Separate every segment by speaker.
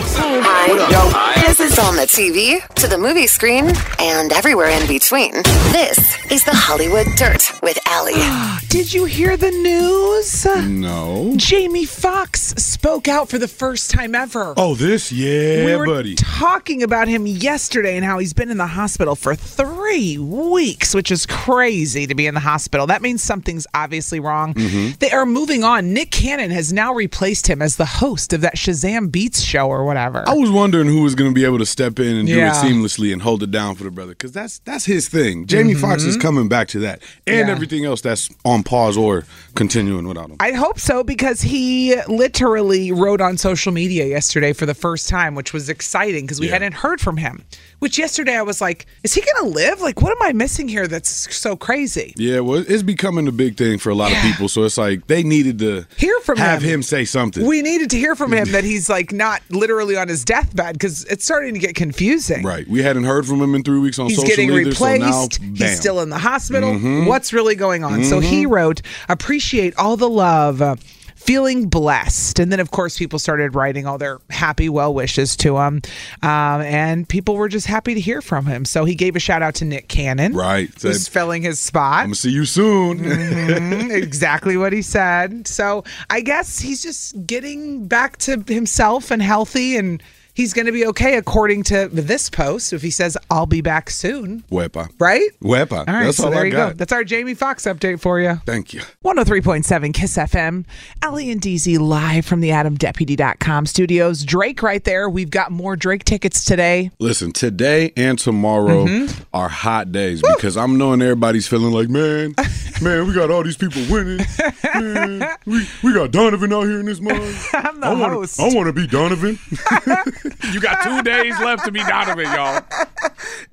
Speaker 1: Hi. This is on the TV, to the movie screen, and everywhere in between. This is the Hollywood Dirt with Allie.
Speaker 2: Did you hear the news?
Speaker 3: No.
Speaker 2: Jamie Fox spoke out for the first time ever.
Speaker 3: Oh, this? Yeah,
Speaker 2: we were
Speaker 3: buddy.
Speaker 2: talking about him yesterday and how he's been in the hospital for three weeks, which is crazy to be in the hospital. That means something's obviously wrong.
Speaker 3: Mm-hmm.
Speaker 2: They are moving on. Nick Cannon has now replaced him as the host of that Shazam Beats show or whatever.
Speaker 3: I was wondering who was going to be able to step in and
Speaker 2: Yeah.
Speaker 3: do it seamlessly and hold it down for the brother because that's that's his thing. Jamie Foxx is coming back to that and
Speaker 2: Mm-hmm. Yeah.
Speaker 3: everything else that's on pause or continuing without him.
Speaker 2: I hope so because he literally wrote on social media yesterday for the first time, which was exciting because we
Speaker 3: Yeah.
Speaker 2: hadn't heard from him. Which yesterday I was like, is he going to live? Like, what am I missing here that's so crazy?
Speaker 3: yeah, well, it's becoming a big thing for a lot of people, so it's like they needed to
Speaker 2: Hear from
Speaker 3: have
Speaker 2: him.
Speaker 3: him say something.
Speaker 2: We needed to hear from him that he's like not literally on his deathbed because it's starting to get confusing.
Speaker 3: right, we hadn't heard from him in three weeks on
Speaker 2: He's
Speaker 3: social
Speaker 2: getting
Speaker 3: either,
Speaker 2: replaced.
Speaker 3: so now bam.
Speaker 2: He's still in the hospital.
Speaker 3: Mm-hmm.
Speaker 2: What's really going on? So he wrote, Appreciate all the love. uh, Feeling blessed. And then, of course, people started writing all their happy well wishes to him. Um, and people were just happy to hear from him. So he gave a shout out to Nick Cannon.
Speaker 3: Right.
Speaker 2: Who's
Speaker 3: Said,
Speaker 2: filling his spot.
Speaker 3: I'm gonna see you soon.
Speaker 2: Mhm, exactly what he said. So I guess he's just getting back to himself and healthy, and he's going to be okay, according to this post. If he says, I'll be back soon,
Speaker 3: Wepa.
Speaker 2: right?
Speaker 3: Wepa.
Speaker 2: All right,
Speaker 3: That's
Speaker 2: so
Speaker 3: all
Speaker 2: there
Speaker 3: I
Speaker 2: you
Speaker 3: got.
Speaker 2: go. That's our Jamie Foxx update for you.
Speaker 3: Thank you.
Speaker 2: 103.7 Kiss FM. Ellie and DZ live from the AdamDeputy.com studios. Drake right there. We've got more Drake tickets today.
Speaker 3: Listen, today and tomorrow
Speaker 2: Mm-hmm.
Speaker 3: are hot days because I'm knowing everybody's feeling like, man, man, we got all these people winning. Man, we, we got Donovan out here in this mug.
Speaker 2: I'm the
Speaker 3: I wanna,
Speaker 2: host.
Speaker 3: I want to be Donovan.
Speaker 4: You got two days left to be Donovan, y'all.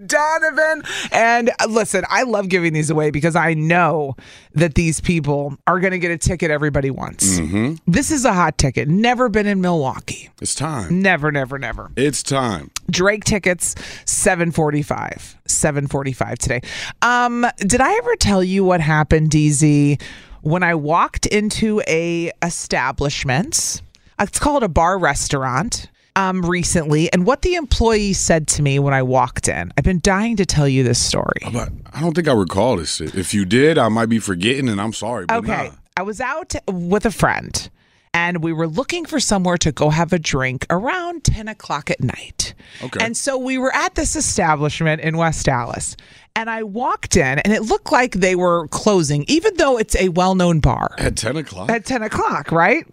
Speaker 2: Donovan. And uh, listen, I love giving these away because I know that these people are going to get a ticket everybody
Speaker 3: Mm.
Speaker 2: wants.
Speaker 3: Mm-hmm.
Speaker 2: This is a hot ticket. Never been in Milwaukee.
Speaker 3: It's time.
Speaker 2: Never, never, never.
Speaker 3: It's time.
Speaker 2: Drake tickets 745. 745 today. Um did I ever tell you what happened DZ when I walked into a establishment? It's called a bar restaurant. Um, recently, and what the employee said to me when I walked in. I've been dying to tell you this story.
Speaker 3: But I don't think I recall this shit. If you did, I might be forgetting and I'm sorry. But
Speaker 2: Okay.
Speaker 3: nah.
Speaker 2: I was out with a friend and we were looking for somewhere to go have a drink around 10 o'clock at night.
Speaker 3: Okay.
Speaker 2: And so we were at this establishment in West Dallas and I walked in and it looked like they were closing, even though it's a well known bar
Speaker 3: At 10 o'clock? Uh-huh.
Speaker 2: at 10 o'clock, right?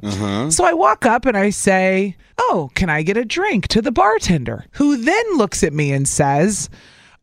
Speaker 2: So I walk up and I say, Oh, can I get a drink to the bartender? Who then looks at me and says,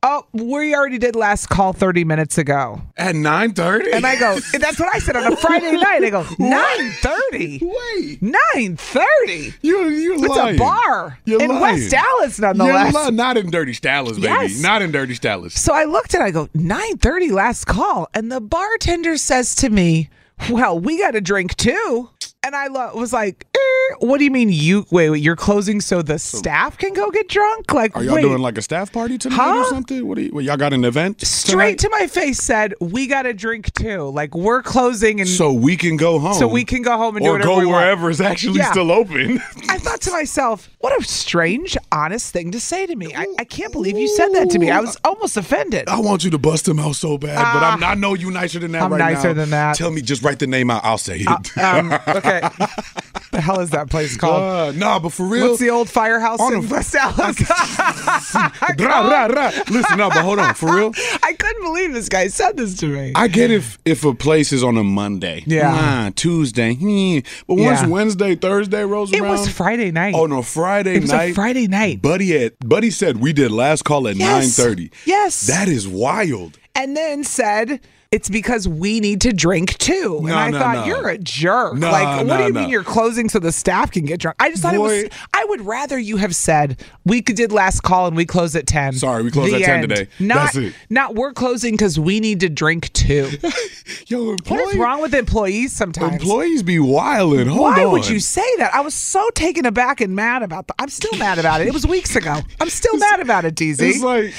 Speaker 2: Oh, we already did last call 30 minutes ago.
Speaker 3: at 9.30?
Speaker 2: And I go, that's what I said on a Friday night. I go, nine thirty.
Speaker 3: Wait.
Speaker 2: Nine thirty.
Speaker 3: You, you're
Speaker 2: It's
Speaker 3: lying.
Speaker 2: a bar
Speaker 3: You're
Speaker 2: in
Speaker 3: lying.
Speaker 2: West Dallas,
Speaker 3: You're
Speaker 2: nonetheless.
Speaker 3: li- not in Dirty Stylus, baby.
Speaker 2: Yes.
Speaker 3: Not in Dirty Stylus.
Speaker 2: So I looked and I go, nine thirty last call, and the bartender says to me, "Well, we got a drink too." And I lo- was like, "Er, "What do you mean you wait? wait, You're closing so the staff can go get drunk? Like,
Speaker 3: Are y'all
Speaker 2: wait."
Speaker 3: doing like a staff party tonight or
Speaker 2: Huh?
Speaker 3: something? What, are you, what y'all got an event? tonight?
Speaker 2: Straight to my face said, "We got a drink too. Like we're closing, and so,
Speaker 3: so we can go uh, home.
Speaker 2: we can go home and do
Speaker 3: or
Speaker 2: whatever
Speaker 3: go
Speaker 2: we want."
Speaker 3: wherever is actually
Speaker 2: Yeah.
Speaker 3: still open.
Speaker 2: I thought to myself, what a strange, honest thing to say to me. I, I can't believe you said that to me. I was almost offended.
Speaker 3: I want you to bust him out so bad, but I'm, I know you nicer than that.
Speaker 2: uh, I'm
Speaker 3: right
Speaker 2: nicer
Speaker 3: now.
Speaker 2: than that.
Speaker 3: Tell me, just write the name out. I'll say it.
Speaker 2: Um, okay. the hell is that place called?
Speaker 3: Uh, nah, but for real.
Speaker 2: What's the old firehouse
Speaker 3: On
Speaker 2: in
Speaker 3: a-
Speaker 2: West Dallas?
Speaker 3: Rah, rah, rah. Listen, no, but hold on. For real,
Speaker 2: I couldn't believe this guy said this to me.
Speaker 3: I get if if a place is on a Monday,
Speaker 2: Yeah.
Speaker 3: nah, Tuesday, hmm. but once
Speaker 2: Yeah.
Speaker 3: Wednesday, Thursday rolls
Speaker 2: it
Speaker 3: around,
Speaker 2: was Friday night.
Speaker 3: Oh no, Friday
Speaker 2: It was a
Speaker 3: night.
Speaker 2: Friday night.
Speaker 3: Buddy at Buddy said we did last call at
Speaker 2: Yes.
Speaker 3: nine thirty.
Speaker 2: Yes.
Speaker 3: that is wild.
Speaker 2: and then said, It's because we need to drink too. and
Speaker 3: No,
Speaker 2: I
Speaker 3: no,
Speaker 2: thought
Speaker 3: no.
Speaker 2: you're a jerk.
Speaker 3: No,
Speaker 2: like, what
Speaker 3: no,
Speaker 2: do you
Speaker 3: no.
Speaker 2: mean you're closing so the staff can get drunk? I just thought it
Speaker 3: Boy.
Speaker 2: was. I would rather you have said we could- did last call and we close at ten.
Speaker 3: Sorry, we close
Speaker 2: The
Speaker 3: at 10
Speaker 2: end.
Speaker 3: today.
Speaker 2: Not,
Speaker 3: That's it.
Speaker 2: Not we're closing because we need to drink too.
Speaker 3: Yo,
Speaker 2: what is
Speaker 3: employee,
Speaker 2: wrong with employees sometimes?
Speaker 3: employees be wilding. Hold
Speaker 2: Why
Speaker 3: on.
Speaker 2: would you say that? I was so taken aback and mad about that. I'm still mad about it. It was weeks ago. I'm still mad about it, DZ.
Speaker 3: It's like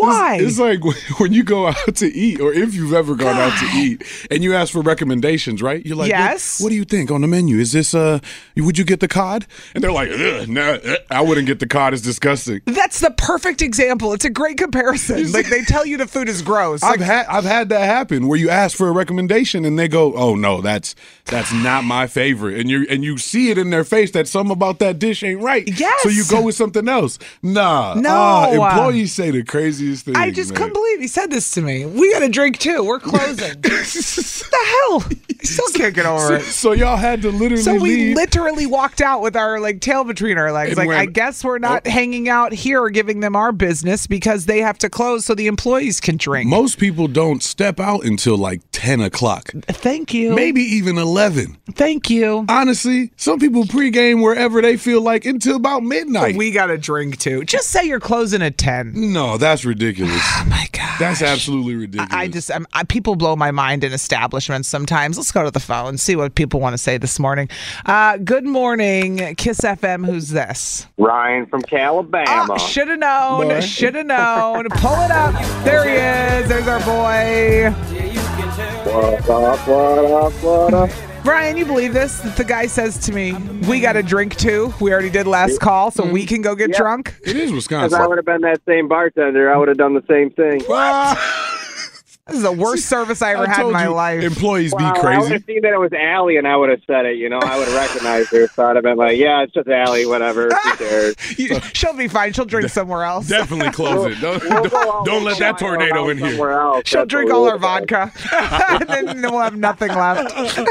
Speaker 2: Why?
Speaker 3: It's, it's like when you go out to eat, or if you've ever gone out to eat, and you ask for recommendations, right? You're like, "What-
Speaker 2: Yes.
Speaker 3: What, do you think on the menu? Is this uh? Would you get the cod? And they're like, "Ugh, no, uh, I wouldn't get the cod. It's disgusting.
Speaker 2: That's the perfect example. It's a great comparison. Like they tell you the food is gross. Like,
Speaker 3: I've had I've had that happen where you ask for a recommendation and they go, "Oh no, that's that's not my favorite," and you and you see it in their face that something about that dish ain't right.
Speaker 2: Yes.
Speaker 3: So you go with something else. Nah.
Speaker 2: No.
Speaker 3: Ah, employees say the craziest things.
Speaker 2: I just
Speaker 3: man.
Speaker 2: couldn't believe he said this to me. We got a drink too. We're closing. the hell? I still can't get over
Speaker 3: So,
Speaker 2: it.
Speaker 3: so y'all had to literally.
Speaker 2: So we
Speaker 3: leave.
Speaker 2: literally walked out with our like tail between our legs.
Speaker 3: And
Speaker 2: Like
Speaker 3: went, oh.
Speaker 2: I guess we're not hanging out here giving them our business because they have to close so the employees can drink.
Speaker 3: Most people don't step out until like ten o'clock,
Speaker 2: Thank you.
Speaker 3: maybe even eleven.
Speaker 2: Thank you.
Speaker 3: Honestly, some people pregame wherever they feel like until about midnight.
Speaker 2: We got a drink too. Just say you're closing at 10.
Speaker 3: no, that's ridiculous.
Speaker 2: My God.
Speaker 3: That's absolutely ridiculous.
Speaker 2: I just, I'm, I, people blow my mind in establishments sometimes. Let's go to the phone, see what people want to say this morning. Uh, good morning, Kiss FM. Who's this?
Speaker 5: Ryan from Calabama.
Speaker 2: should have Ah, known.
Speaker 3: Boy.
Speaker 2: Should have known. Pull it up. There he is. There's our boy.
Speaker 5: What up, what up, what up?
Speaker 2: Brian, you believe this? That The guy says to me, We got a drink too. We already did last call, so we can go get drunk.
Speaker 3: it is
Speaker 5: If Mm-hmm. I
Speaker 3: Wisconsin.
Speaker 5: would have been that same bartender, I would have done the same thing.
Speaker 2: This is the worst service I ever
Speaker 3: I
Speaker 2: had in
Speaker 3: told
Speaker 2: my
Speaker 3: you,
Speaker 2: life.
Speaker 3: Employees
Speaker 5: Wow,
Speaker 3: be
Speaker 5: I would have
Speaker 3: crazy.
Speaker 5: seen that it was Allie, and I would have said it. You know, I would have recognized her. So I'd have been like, "Yeah, it's just Allie. Whatever. Who cares?"
Speaker 2: You- She'll be fine. She'll drink somewhere else.
Speaker 4: Definitely close it. Don't,
Speaker 5: We'll go out
Speaker 4: don't
Speaker 5: with
Speaker 4: let that
Speaker 5: Ryan around
Speaker 4: tornado in here.
Speaker 5: somewhere Else.
Speaker 2: She'll
Speaker 5: That's
Speaker 2: drink
Speaker 5: what
Speaker 2: all
Speaker 5: we
Speaker 2: her
Speaker 5: would've
Speaker 2: vodka. then we'll have nothing left.
Speaker 5: done.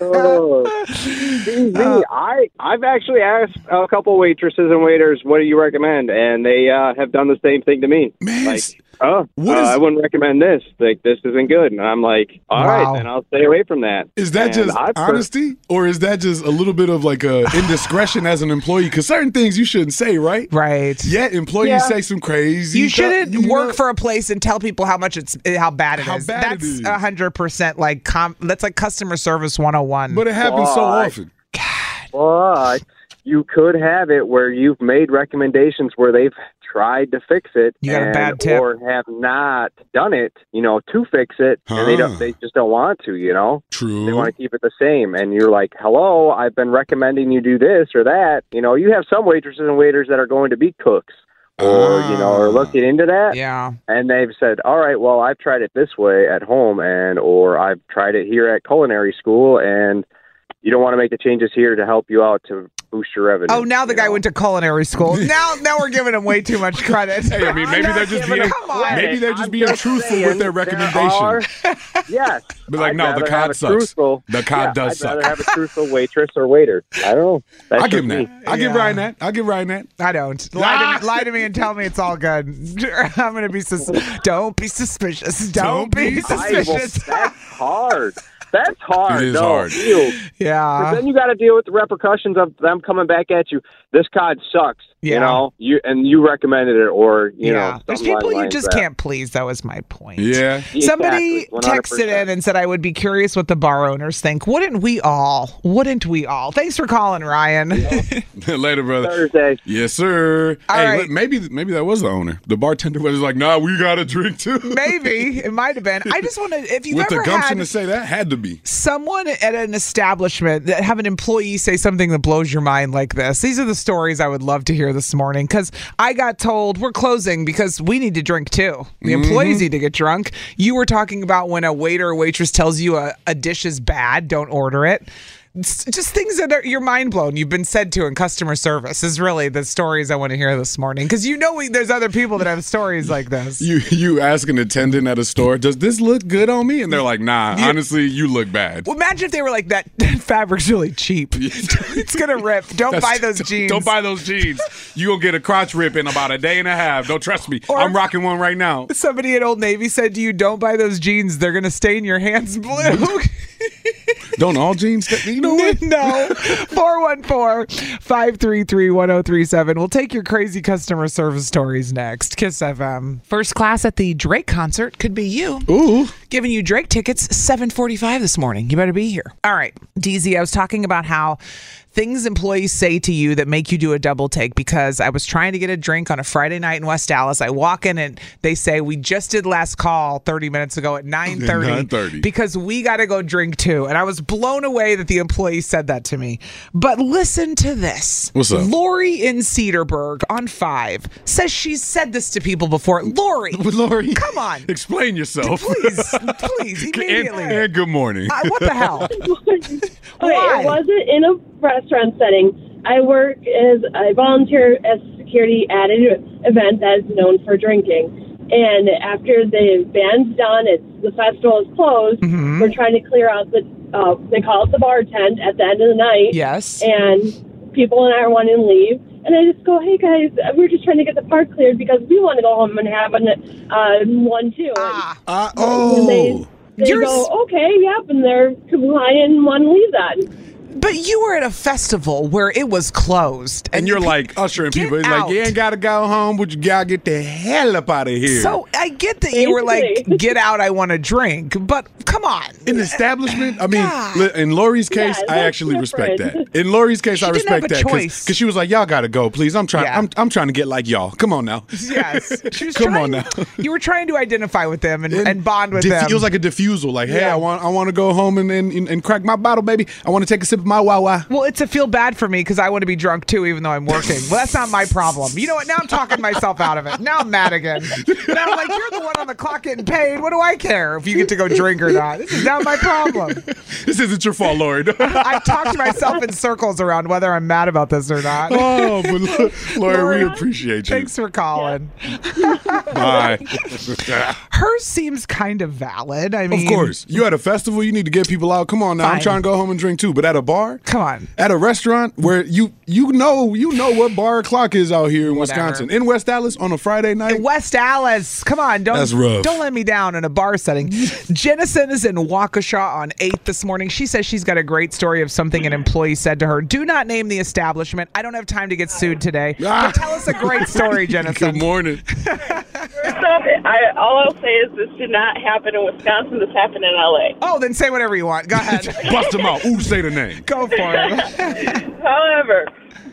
Speaker 5: Oh.
Speaker 3: Uh,
Speaker 5: DZ, I I've actually asked a couple waitresses and waiters, "What do you recommend?" And they uh, have done the same thing to me.
Speaker 3: Man,
Speaker 5: like,
Speaker 3: it's-
Speaker 5: oh,
Speaker 3: what
Speaker 5: uh,
Speaker 3: is-
Speaker 5: I wouldn't recommend this. Like, this isn't good. And I'm like, all right,
Speaker 2: Wow.
Speaker 5: then I'll stay away from that.
Speaker 3: Is that
Speaker 5: And
Speaker 3: just
Speaker 5: I've per-
Speaker 3: honesty, or is that just a little bit of like a indiscretion as an employee? Because certain things you shouldn't say, right?
Speaker 2: Right.
Speaker 3: Yet employees say some crazy.
Speaker 2: You
Speaker 3: stuff,
Speaker 2: shouldn't
Speaker 3: you
Speaker 2: work
Speaker 3: know?
Speaker 2: for a place and tell people how much it's how bad it is.
Speaker 3: How bad it
Speaker 2: that's
Speaker 3: is.
Speaker 2: hundred percent like com- that's like customer service one oh one.
Speaker 3: But it happens so
Speaker 5: Why?
Speaker 3: often.
Speaker 5: But you could have it where you've made recommendations where they've tried to fix it
Speaker 2: You got a
Speaker 5: and,
Speaker 2: bad tip.
Speaker 5: or have not done it, you know, to fix it, and they
Speaker 3: Huh.
Speaker 5: don't. They just don't want to, you know. They
Speaker 3: True.
Speaker 5: want to keep it the same, and you're like, "Hello, I've been recommending you do this or that." You know, you have some waitresses and waiters that are going to be cooks, or you know,
Speaker 3: Ah.
Speaker 5: are looking into that.
Speaker 2: Yeah.
Speaker 5: and they've said, "All right, well, I've tried it this way at home, and or I've tried it here at culinary school, and you don't want to make the changes here to help you out to boost your revenue."
Speaker 2: Oh, now the
Speaker 5: you
Speaker 2: guy
Speaker 5: know?
Speaker 2: went to culinary school. now, now we're giving him way too much credit.
Speaker 4: Hey, I mean, maybe
Speaker 2: not
Speaker 4: they're just
Speaker 2: giving
Speaker 4: being-
Speaker 2: him- Come on.
Speaker 3: Maybe they're just
Speaker 5: I'm
Speaker 3: being truthful
Speaker 5: saying
Speaker 3: with their
Speaker 5: there
Speaker 3: recommendation.
Speaker 5: are- yes,
Speaker 3: Be like,
Speaker 5: I'd
Speaker 3: no, the
Speaker 5: rather
Speaker 3: cod
Speaker 5: have a
Speaker 3: sucks.
Speaker 5: Truthful,
Speaker 3: The cod
Speaker 5: yeah,
Speaker 3: does
Speaker 5: I'd
Speaker 3: suck.
Speaker 5: rather have a truthful waitress or waiter. I don't know. That's
Speaker 3: I give him
Speaker 5: just
Speaker 3: that.
Speaker 5: me.
Speaker 3: I give
Speaker 2: Yeah.
Speaker 3: Ryan that. I give Ryan that.
Speaker 2: I don't lie to, lie to me and tell me it's all good. I'm gonna be sus- don't be suspicious. Don't,
Speaker 3: Don't be
Speaker 2: be
Speaker 5: I will-
Speaker 2: suspicious.
Speaker 5: that's hard. That's hard.
Speaker 3: It is
Speaker 5: no,
Speaker 3: hard.
Speaker 5: ew. But
Speaker 2: yeah.
Speaker 5: then you got to deal with the repercussions of them coming back at you. This cod sucks,
Speaker 2: Yeah.
Speaker 5: you know. You and you recommended it, or
Speaker 2: yeah.
Speaker 5: you know,
Speaker 2: There's
Speaker 5: something along
Speaker 2: people
Speaker 5: the
Speaker 2: you
Speaker 5: lines
Speaker 2: just
Speaker 5: of that.
Speaker 2: can't please. That was my point.
Speaker 3: Yeah.
Speaker 2: Somebody
Speaker 5: Exactly, 100%.
Speaker 2: texted in and said, I would be curious what the bar owners think. Wouldn't we all? Wouldn't we all? Thanks for calling, Ryan.
Speaker 3: Later, brother.
Speaker 5: Thursday.
Speaker 3: Yes, sir.
Speaker 2: All
Speaker 3: hey,
Speaker 2: right.
Speaker 3: look, maybe maybe that was the owner. The bartender was like, "Nah, we got to drink too."
Speaker 2: Maybe it might have been. I just want to, if you've
Speaker 3: With the
Speaker 2: ever
Speaker 3: gumption
Speaker 2: had
Speaker 3: to say that, had to be.
Speaker 2: someone at an establishment that have an employee say something that blows your mind like this, these are the stories I would love to hear this morning because I got told we're closing because we need to drink too. The
Speaker 3: Mm-hmm.
Speaker 2: employees need to get drunk. You were talking about when a waiter or waitress tells you a, a dish is bad, don't order it. s- just things that are, you're mind blown. You've been said to in customer service is really the stories I want to hear this morning because you know we, there's other people that have stories like this.
Speaker 3: You you ask an attendant at a store, does this look good on me? And they're like, Nah, honestly, you look bad.
Speaker 2: Well, imagine if they were like that. fabric's really cheap. it's gonna rip. Don't buy those jeans.
Speaker 4: Don't buy those jeans. You gonna get a crotch rip in about a day and a half. Don't trust me.
Speaker 2: Or-
Speaker 4: I'm rocking one right now.
Speaker 2: Somebody at Old Navy said to you, "Don't buy those jeans. They're gonna stain your hands blue."
Speaker 3: Don't all jeans fit- you know what?
Speaker 2: no. 414-533-1037. We'll take your crazy customer service stories next. Kiss FM. First class at the Drake concert could be you.
Speaker 3: Ooh.
Speaker 2: Giving you Drake tickets 7:45 this morning. You better be here. All right. DZ, I was talking about how things employees say to you that make you do a double take because I was trying to get a drink on a Friday night in West Dallas. I walk in and they say we just did last call 30 minutes ago at 9:30
Speaker 3: 9:30.
Speaker 2: because we got to go drink too. And I was blown away that the employee said that to me. But listen to this.
Speaker 3: What's up?
Speaker 2: Lori in Cedarburg on 5 says she's said this to people before. Lori,
Speaker 3: Lori.
Speaker 2: come on.
Speaker 3: Explain yourself.
Speaker 2: Please, please,
Speaker 3: and,
Speaker 2: immediately.
Speaker 3: and good morning.
Speaker 2: I- what the hell?
Speaker 6: Okay,
Speaker 2: Why?
Speaker 6: it wasn't in a restaurant setting. I work as I volunteer as security at an event that is known for drinking. And after the band's done, it's the festival is closed.
Speaker 2: Mm-hmm.
Speaker 6: We're trying to clear out the uh, they call it the bar tent at the end of the night.
Speaker 2: Yes.
Speaker 6: And people and I are wanting to leave. And I just go, hey guys, we're just trying to get the park cleared because we want to go home and have an uh, one too.
Speaker 2: Ah.
Speaker 3: I-
Speaker 6: And they,
Speaker 3: oh.
Speaker 6: they
Speaker 2: You're s-
Speaker 6: go, okay, yep, and they're complying and one leaves on.
Speaker 2: But you were at a festival where it was closed,
Speaker 3: And you're like ushering
Speaker 2: Get
Speaker 3: people. It's
Speaker 2: out.
Speaker 3: like, you ain't gotta go home, but you gotta get the hell up out of here.
Speaker 2: So I get that you were like,
Speaker 6: Basically.
Speaker 2: "Get out! I want a drink." But come on,
Speaker 3: in the establishment, I mean,
Speaker 2: God.
Speaker 3: li- in Lori's case,
Speaker 6: Yeah,
Speaker 3: I
Speaker 6: that's
Speaker 3: actually respect
Speaker 6: different.
Speaker 3: that. In Lori's case, I
Speaker 2: didn't have
Speaker 3: respect
Speaker 2: a
Speaker 3: that
Speaker 2: choice.
Speaker 3: because she was like, "Y'all gotta go, please. I'm trying.
Speaker 2: Yeah.
Speaker 3: I'm, I'm trying to get like y'all. Come on now.
Speaker 2: yes, she was
Speaker 3: Come
Speaker 2: trying,
Speaker 3: on now.
Speaker 2: you were trying to identify with them and, and, bond with
Speaker 3: Dif-
Speaker 2: them.
Speaker 3: It was like a diffusal. Like, hey,
Speaker 2: Yeah.
Speaker 3: I want, I want to go home and, and and crack my bottle, baby. I want to take a sip of my wawa.
Speaker 2: Well, it's a feel bad for me because I want to be drunk too, even though I'm working. Well, that's not my problem. You know what? Now I'm talking myself out of it. Now I'm mad again. Now I'm like, you're the one on the clock getting paid. What do I care if you get to go drink or not? This is not my problem.
Speaker 3: This isn't your fault, Lori.
Speaker 2: I've talked myself in circles around whether I'm mad about this or not.
Speaker 3: oh, but Lo- Lori,
Speaker 2: Lori,
Speaker 3: we appreciate you.
Speaker 2: Thanks for calling.
Speaker 3: Bye.
Speaker 2: Hers seems kind of valid. I mean,
Speaker 3: of course, you at a festival. You need to get people out. Come on now.
Speaker 2: Fine.
Speaker 3: I'm trying to go home and drink too. But at a bar,
Speaker 2: Come on.
Speaker 3: at a restaurant where you you know you know what bar o'clock is out here in Wisconsin in West Dallas on a Friday night.
Speaker 2: West Alice. Come on, don't
Speaker 3: That's rough.
Speaker 2: don't let me down in a bar setting. Jennison is in Waukesha on 8th this morning. She says she's got a great story of something an employee said to her. Do not name the establishment. I don't have time to get sued today.
Speaker 3: Ah.
Speaker 2: But tell us a great story, Jennison.
Speaker 3: Good morning.
Speaker 7: First off, I, all I'll say is this did not happen in Wisconsin. This happened in LA.
Speaker 2: Oh, then say whatever you want. Go ahead.
Speaker 3: Bust them out. Ooh, say the name.
Speaker 2: Go for it.
Speaker 7: However,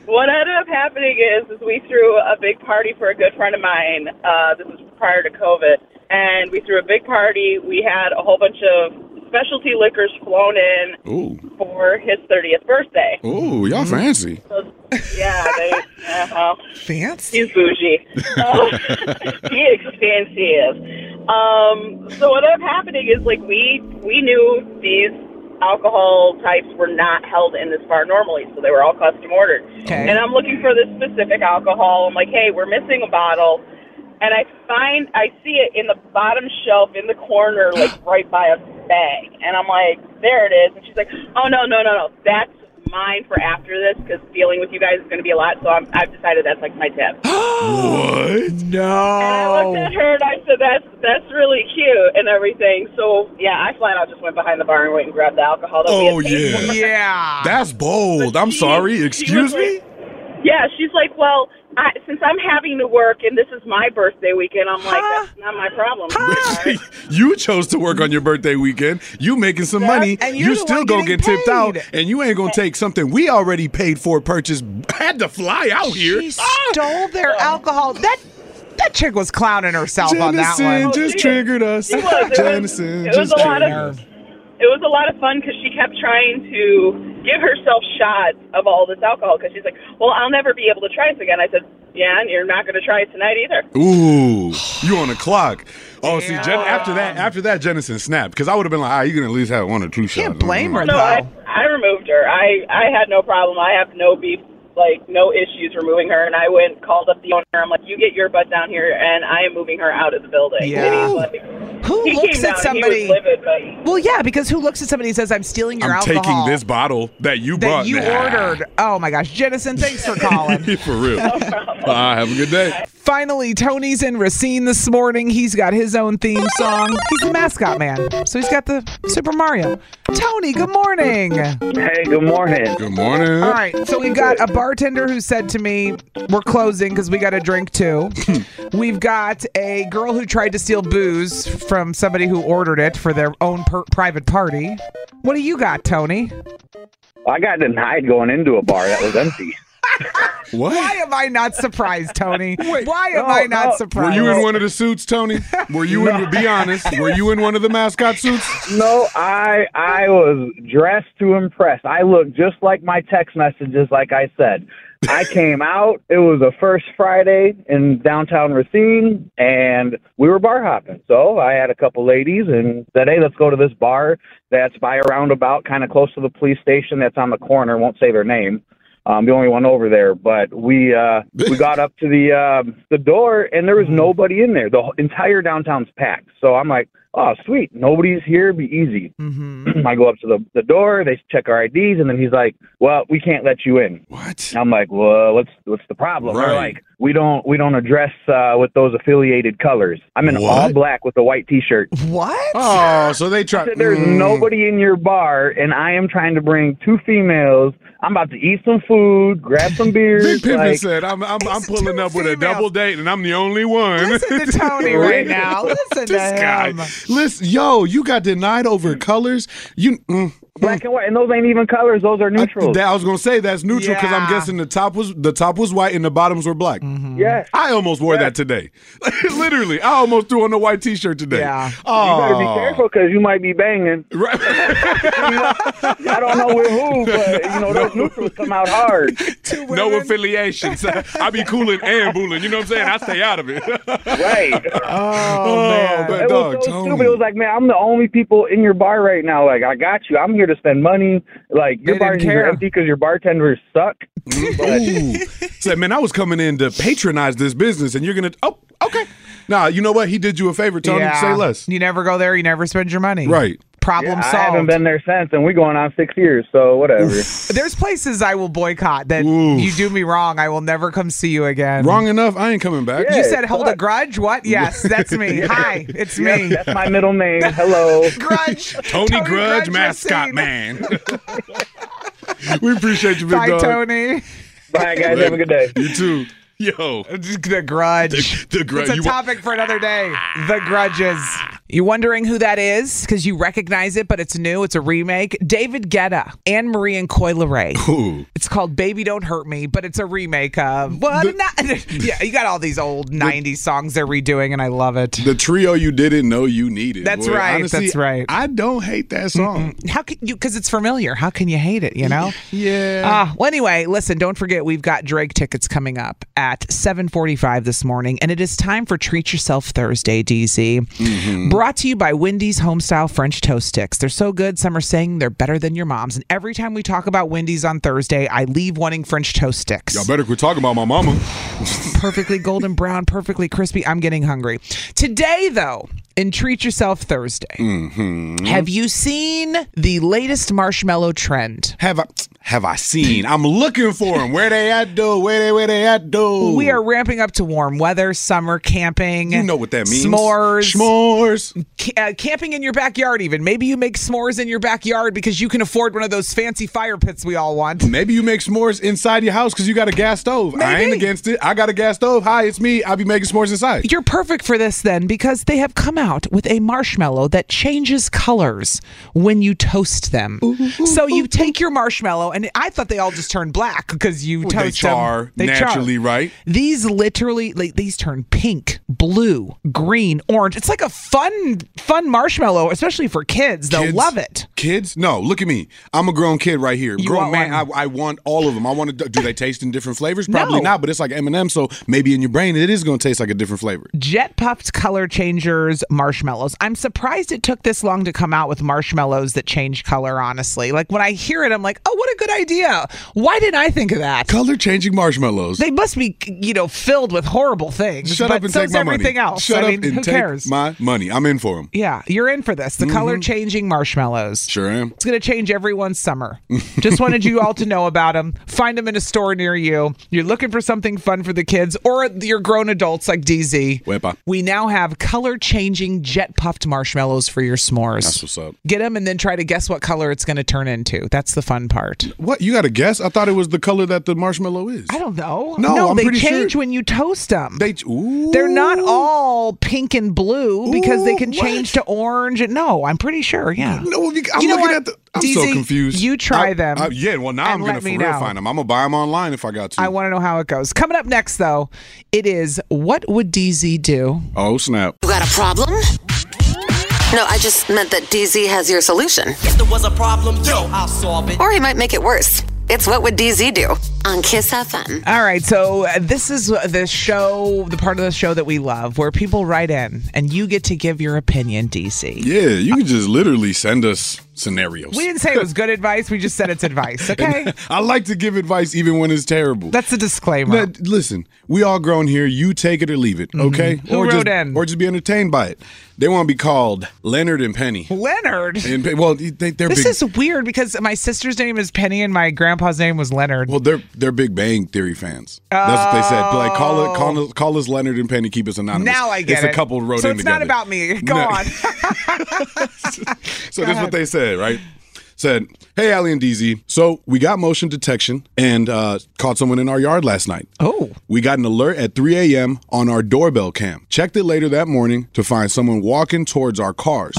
Speaker 7: what ended up happening is, is we threw a big party for a good friend of mine. Uh, this was prior to COVID, and we threw a big party. We had a whole bunch of specialty liquors flown in
Speaker 3: Ooh,
Speaker 7: for his 30th birthday. Mm-hmm.
Speaker 3: ooh,
Speaker 2: Mm-hmm.
Speaker 3: y'all fancy.
Speaker 7: So, yeah, they, yeah, well,
Speaker 2: Fancy.
Speaker 7: He's bougie. Um, he is fancy is. Um, so what ended up happening is like we we knew these alcohol types were not held in this bar normally, so they were all custom ordered.
Speaker 2: Okay.
Speaker 7: And I'm looking for this specific alcohol. I'm like, hey, we're missing a bottle. And I find I see it in the bottom shelf in the corner, like right by a bag. And I'm like, there it is. And she's like, oh no no no no, that's mine for after this because dealing with you guys is going to be a lot. So I'm, I've decided that's like my tip.
Speaker 3: What?
Speaker 7: And I looked
Speaker 2: No.
Speaker 7: at her and I said, "That's that's really cute and everything." So yeah, I flat out just went behind the bar and went and grabbed the alcohol. That
Speaker 3: Oh
Speaker 7: we had paid
Speaker 3: yeah.
Speaker 2: Yeah.
Speaker 3: That's bold. I'm
Speaker 7: She-
Speaker 3: sorry.
Speaker 7: she
Speaker 3: Excuse
Speaker 7: was
Speaker 3: me.
Speaker 7: for. Yeah, she's like, "Well, I, since I'm having to work and this is my birthday weekend, I'm like,
Speaker 2: Huh?
Speaker 7: that's not my problem."
Speaker 3: you chose to work on your birthday weekend. You making some money.
Speaker 2: and you're
Speaker 3: you
Speaker 2: the
Speaker 3: still
Speaker 2: one
Speaker 3: gonna
Speaker 2: getting
Speaker 3: get tipped out,
Speaker 2: paid.
Speaker 3: and you ain't gonna take something we already paid for. Purchase had to fly out here.
Speaker 2: She
Speaker 3: Ah!
Speaker 2: stole their alcohol. That that chick was clowning herself on that
Speaker 3: Jennison
Speaker 2: one.
Speaker 3: just
Speaker 7: Oh, she-
Speaker 3: triggered us.
Speaker 7: It was. It was,
Speaker 3: Jennison
Speaker 7: it was
Speaker 3: just
Speaker 7: a lot
Speaker 3: triggered
Speaker 7: of
Speaker 3: us.
Speaker 7: it was a lot of fun because she kept trying to give herself shots of all this alcohol because she's like, "Well, I'll never be able to try this again." I said, "Yeah, and you're not going to try it tonight either."
Speaker 3: Ooh, you on the clock. Oh, see, Jen, after that, after that, Jennison snapped because I would have been like, ah, you can at least have one or two shots.
Speaker 2: Can't blame her
Speaker 7: No,
Speaker 2: though.
Speaker 7: I, I removed her. her. I I had no problem. I have no beef, like no issues removing her. And I went called up the owner. I'm like, you get your butt down here, and I am moving her out of the building.
Speaker 2: Yeah.
Speaker 7: And he's like,
Speaker 2: Who
Speaker 7: he
Speaker 2: looks
Speaker 7: came down
Speaker 2: at
Speaker 7: and
Speaker 2: somebody?
Speaker 7: He was livid, but
Speaker 2: Well, yeah, because who looks at somebody and says, "I'm stealing your
Speaker 3: I'm
Speaker 2: alcohol
Speaker 3: taking this bottle that you
Speaker 2: that
Speaker 3: brought.
Speaker 2: you
Speaker 3: Nah.
Speaker 2: ordered"? Oh my gosh, Jennison, thanks for calling.
Speaker 3: For real. Ah, have a good day.
Speaker 2: Finally, Tony's in Racine this morning. He's got his own theme song. He's the mascot man, so he's got the Super Mario. Tony, good morning.
Speaker 8: Hey, good morning.
Speaker 3: Good morning.
Speaker 2: All right, so we've got a bartender who said to me, "We're closing because we got a drink too." we've got a girl who tried to steal booze from somebody who ordered it for their own per- private party. What do you got, Tony?
Speaker 8: I got denied going into a bar that was empty.
Speaker 3: What?
Speaker 2: Why am I not surprised, Tony? Why am
Speaker 8: no,
Speaker 2: I not
Speaker 8: no.
Speaker 3: Were
Speaker 2: surprised?
Speaker 3: you in one of the suits, Tony? Were you in? Be honest. Were you in one of the mascot suits?
Speaker 8: No, I I was dressed to impress. I looked just like my text messages, like I said. I came out. It was a first Friday in downtown Racine, and we were bar hopping. So I had a couple ladies and said, "Hey, let's go to this bar that's by a roundabout, kind of close to the police station. That's on the corner. Won't say their name. I'm the only one over there." But we uh, we got up to the uh, the door, and there
Speaker 3: Mm-hmm.
Speaker 8: was nobody in there. The whole- entire downtown's packed. So I'm like, "Oh, sweet, nobody's here. Be easy."
Speaker 2: Mm-hmm.
Speaker 8: I go up to the, the door, they check our IDs, and then he's like, "Well, we can't let you in."
Speaker 3: What?
Speaker 8: And I'm like, "Well, what's what's the problem?" They're
Speaker 3: Right.
Speaker 8: like, "We don't we don't address uh, with those affiliated colors. I'm in
Speaker 3: What?
Speaker 8: all black with a white T-shirt."
Speaker 2: What?
Speaker 3: Oh, so they tried.
Speaker 8: Said, There's
Speaker 3: Mm.
Speaker 8: nobody in your bar, and I am trying to bring two females. I'm about to eat some food, grab some
Speaker 3: Big
Speaker 8: beers.
Speaker 3: Pimpin
Speaker 8: like,
Speaker 3: said, "I'm I'm, I'm
Speaker 2: These are
Speaker 3: pulling
Speaker 2: two
Speaker 3: up with a
Speaker 2: females.
Speaker 3: double date, and I'm the only one."
Speaker 2: Listen to Tony right now. Listen to
Speaker 3: this guy.
Speaker 2: him.
Speaker 3: Listen, yo, you got denied over colors. You. Mm.
Speaker 8: Mm. black and white, and those ain't even colors; those are
Speaker 3: I,
Speaker 8: neutrals.
Speaker 3: that- I was gonna say that's neutral because
Speaker 2: Yeah. Mm-hmm.
Speaker 3: I'm guessing the top was the top was white and the bottoms were black.
Speaker 8: yeah,
Speaker 3: I almost wore that today. Literally, I almost threw on a white T-shirt today.
Speaker 2: Yeah.
Speaker 3: Oh,
Speaker 8: you better be careful because you might be banging. I don't know with who, but you know those neutrals come out hard.
Speaker 2: Two
Speaker 4: No
Speaker 2: women.
Speaker 4: affiliations. I be cooling and booling. You know what I'm saying? I stay out of it.
Speaker 8: Right.
Speaker 2: Oh,
Speaker 3: Oh,
Speaker 2: man.
Speaker 3: but-
Speaker 8: it
Speaker 3: dog,
Speaker 8: was so
Speaker 3: Tony.
Speaker 8: stupid. It was like, man, I'm the only people in your bar right now. Like, I got you. I'm here to spend money. Like, your
Speaker 2: They didn't
Speaker 8: bars
Speaker 2: care.
Speaker 8: are empty because your bartenders suck.
Speaker 3: Ooh. Said, man, I was coming in to patronize this business, and you're gonna. Oh, okay. Nah, you know what? He did you a favor, Tony.
Speaker 2: Yeah.
Speaker 3: Say less.
Speaker 2: You never go there. You never spend your money.
Speaker 3: Right.
Speaker 2: Problem
Speaker 8: I
Speaker 2: solved.
Speaker 8: haven't been there since, and we going on six years, so whatever.
Speaker 2: There's places I will boycott that
Speaker 3: Oof.
Speaker 2: you do me wrong. I will never come see you again.
Speaker 3: Wrong enough. I ain't coming back.
Speaker 2: You
Speaker 8: Yeah.
Speaker 2: said hold a grudge? What? Yes, that's me. Hi, it's me.
Speaker 8: That's my middle name. Hello.
Speaker 2: Grudge.
Speaker 3: Tony, Grudge, mascot
Speaker 2: Racine.
Speaker 3: man. we appreciate you, big
Speaker 2: Bye,
Speaker 3: dog.
Speaker 2: Tony.
Speaker 8: Bye, guys. Have a good day.
Speaker 3: You too. Yo,
Speaker 2: The grudge.
Speaker 3: the Grudge.
Speaker 2: It's a
Speaker 3: you-
Speaker 2: topic for another day. The grudges. You're wondering who that is because you recognize it, but it's new. It's a remake. David Guetta, Anne Marie, and Coy Ray.
Speaker 3: Ooh.
Speaker 2: It's called Baby Don't Hurt Me, but it's a remake of. What? yeah, you got all these old 90s songs they're redoing, and I love it.
Speaker 3: The trio you didn't know you needed.
Speaker 2: That's
Speaker 3: Boy,
Speaker 2: right,
Speaker 3: honestly,
Speaker 2: that's right.
Speaker 3: I don't hate that song.
Speaker 2: How can you? Because it's familiar. How can you hate it? You know.
Speaker 3: Yeah.
Speaker 2: Ah, well, anyway, listen. Don't forget we've got Drake tickets coming up at 7:45 this morning, and it is time for Treat Yourself Thursday, DZ.
Speaker 3: Mm-hmm.
Speaker 2: Brought to you by Wendy's Homestyle French Toast Sticks. They're so good. Some are saying they're better than your mom's. And every time we talk about Wendy's on Thursday, I leave wanting French toast sticks
Speaker 3: Y'all better quit talking about my mama.
Speaker 2: perfectly golden brown, perfectly crispy. I'm getting hungry. Today, though, in Treat Yourself Thursday,
Speaker 3: Mm-hmm.
Speaker 2: have you seen the latest marshmallow trend?
Speaker 3: Have I have I seen? I'm looking for them. Where they at though? Where they where they at though?
Speaker 2: We are ramping up to warm weather, summer camping.
Speaker 3: You know what that means?
Speaker 2: S'mores.
Speaker 3: S'mores.
Speaker 2: ca- uh, camping in your backyard, even. Maybe you make s'mores in your backyard because you can afford one of those fancy fire pits we all want.
Speaker 3: Maybe you make s'mores inside your house because you got a gas stove. I ain't
Speaker 2: Maybe.
Speaker 3: against it. I got a gas stove. Hi, it's me. I'll be making s'mores inside.
Speaker 2: You're perfect for this then because they have come out with a marshmallow that changes colors when you toast them. so you take your marshmallow and I thought they all just turned black because you
Speaker 3: Well,
Speaker 2: toast
Speaker 3: they char
Speaker 2: them. They char.
Speaker 3: naturally, right?
Speaker 2: These literally like, these turn pink, blue, green, orange. It's like a fun fun marshmallow, especially for kids. They'll
Speaker 3: Kids.
Speaker 2: love it.
Speaker 3: Kids? No, look at me. I'm a grown kid right here.
Speaker 2: You
Speaker 3: grown
Speaker 2: want
Speaker 3: man. I,
Speaker 2: one.
Speaker 3: I want all of them. I want to. Do they taste in different flavors? Probably
Speaker 2: No.
Speaker 3: not. But it's like M and M, so maybe in your brain it is going to taste like a different flavor.
Speaker 2: Jet puffed color changers marshmallows. I'm surprised it took this long to come out with marshmallows that change color, honestly. Like when I hear it, I'm like, oh, what a good idea. Why didn't I think of that?
Speaker 3: Color changing marshmallows.
Speaker 2: They must be, you know, filled with horrible things.
Speaker 3: Shut
Speaker 2: but
Speaker 3: up and
Speaker 2: so
Speaker 3: take
Speaker 2: is
Speaker 3: my
Speaker 2: everything
Speaker 3: money.
Speaker 2: else.
Speaker 3: Shut
Speaker 2: I
Speaker 3: up
Speaker 2: mean,
Speaker 3: and
Speaker 2: who
Speaker 3: take
Speaker 2: cares?
Speaker 3: my money. I'm in for them.
Speaker 2: yeah, you're in for this. The color changing marshmallows.
Speaker 3: Mm-hmm. Sure am.
Speaker 2: It's going to change everyone's summer. Just wanted you all to know about them. Find them in a store near you. You're looking for something fun for the kids or your grown adults like DZ.
Speaker 3: Wepa.
Speaker 2: We now have color changing jet puffed marshmallows for your s'mores.
Speaker 3: That's what's up.
Speaker 2: Get them and then try to guess what color it's going to turn into. That's the fun part.
Speaker 3: What? You got to guess? I thought it was the color that the marshmallow is.
Speaker 2: I don't know.
Speaker 3: No, I'm
Speaker 2: they
Speaker 3: pretty sure-
Speaker 2: change when you toast them.
Speaker 3: They. Ooh.
Speaker 2: They're not all pink and blue because they
Speaker 3: Ooh,
Speaker 2: can
Speaker 3: what?
Speaker 2: change to orange. And, no, I'm pretty sure. Yeah.
Speaker 3: No, you- I'm
Speaker 2: You know
Speaker 3: looking
Speaker 2: what,
Speaker 3: at the. I'm
Speaker 2: DZ,
Speaker 3: so confused.
Speaker 2: you try
Speaker 3: I-
Speaker 2: them
Speaker 3: I- yeah, well, now
Speaker 2: and
Speaker 3: I'm
Speaker 2: let
Speaker 3: gonna for
Speaker 2: me
Speaker 3: real
Speaker 2: know.
Speaker 3: find them. I'm gonna buy them online if I got to.
Speaker 2: I want to know how it goes. Coming up next, though, it is what would DZ do?
Speaker 3: oh snap!
Speaker 1: You got a problem? No, I just meant that DZ has your solution.
Speaker 9: If there was a problem, yo, I'll solve it.
Speaker 1: Or he might make it worse. It's What Would DZ Do on Kiss FM.
Speaker 2: All right, so uh, this is the show, the part of the show that we love, where people write in and you get to give your opinion, DC.
Speaker 3: Yeah, you can just literally send us scenarios.
Speaker 2: We didn't say it was good advice, we just said it's advice, okay?
Speaker 3: I like to give advice even when it's terrible.
Speaker 2: That's a disclaimer. Mm-hmm.
Speaker 3: But listen, we all grown here. You take it or leave it, okay?
Speaker 2: Who
Speaker 3: or
Speaker 2: wrote
Speaker 3: just
Speaker 2: in?
Speaker 3: or just be entertained by it. They want to be called Leonard and Penny.
Speaker 2: Leonard.
Speaker 3: And Pe- well, they, they're
Speaker 2: This
Speaker 3: big.
Speaker 2: is weird because my sister's name is Penny and my grandpa's name was Leonard. Oh,
Speaker 3: well, they're they're Big Bang Theory fans. That's what they said. Like call it, call us, call us Leonard and Penny. Keep us anonymous.
Speaker 2: now I get
Speaker 3: it's
Speaker 2: it.
Speaker 3: a couple wrote
Speaker 2: so
Speaker 3: in
Speaker 2: it's
Speaker 3: together.
Speaker 2: not about me. Go
Speaker 3: No.
Speaker 2: on.
Speaker 3: So this is what they said, right? Said, hey, Allie and DZ. So we got motion detection and uh, caught someone in our yard last night.
Speaker 2: Oh.
Speaker 3: We got an alert at 3 a.m. on our doorbell cam. Checked it later that morning to find someone walking towards our cars.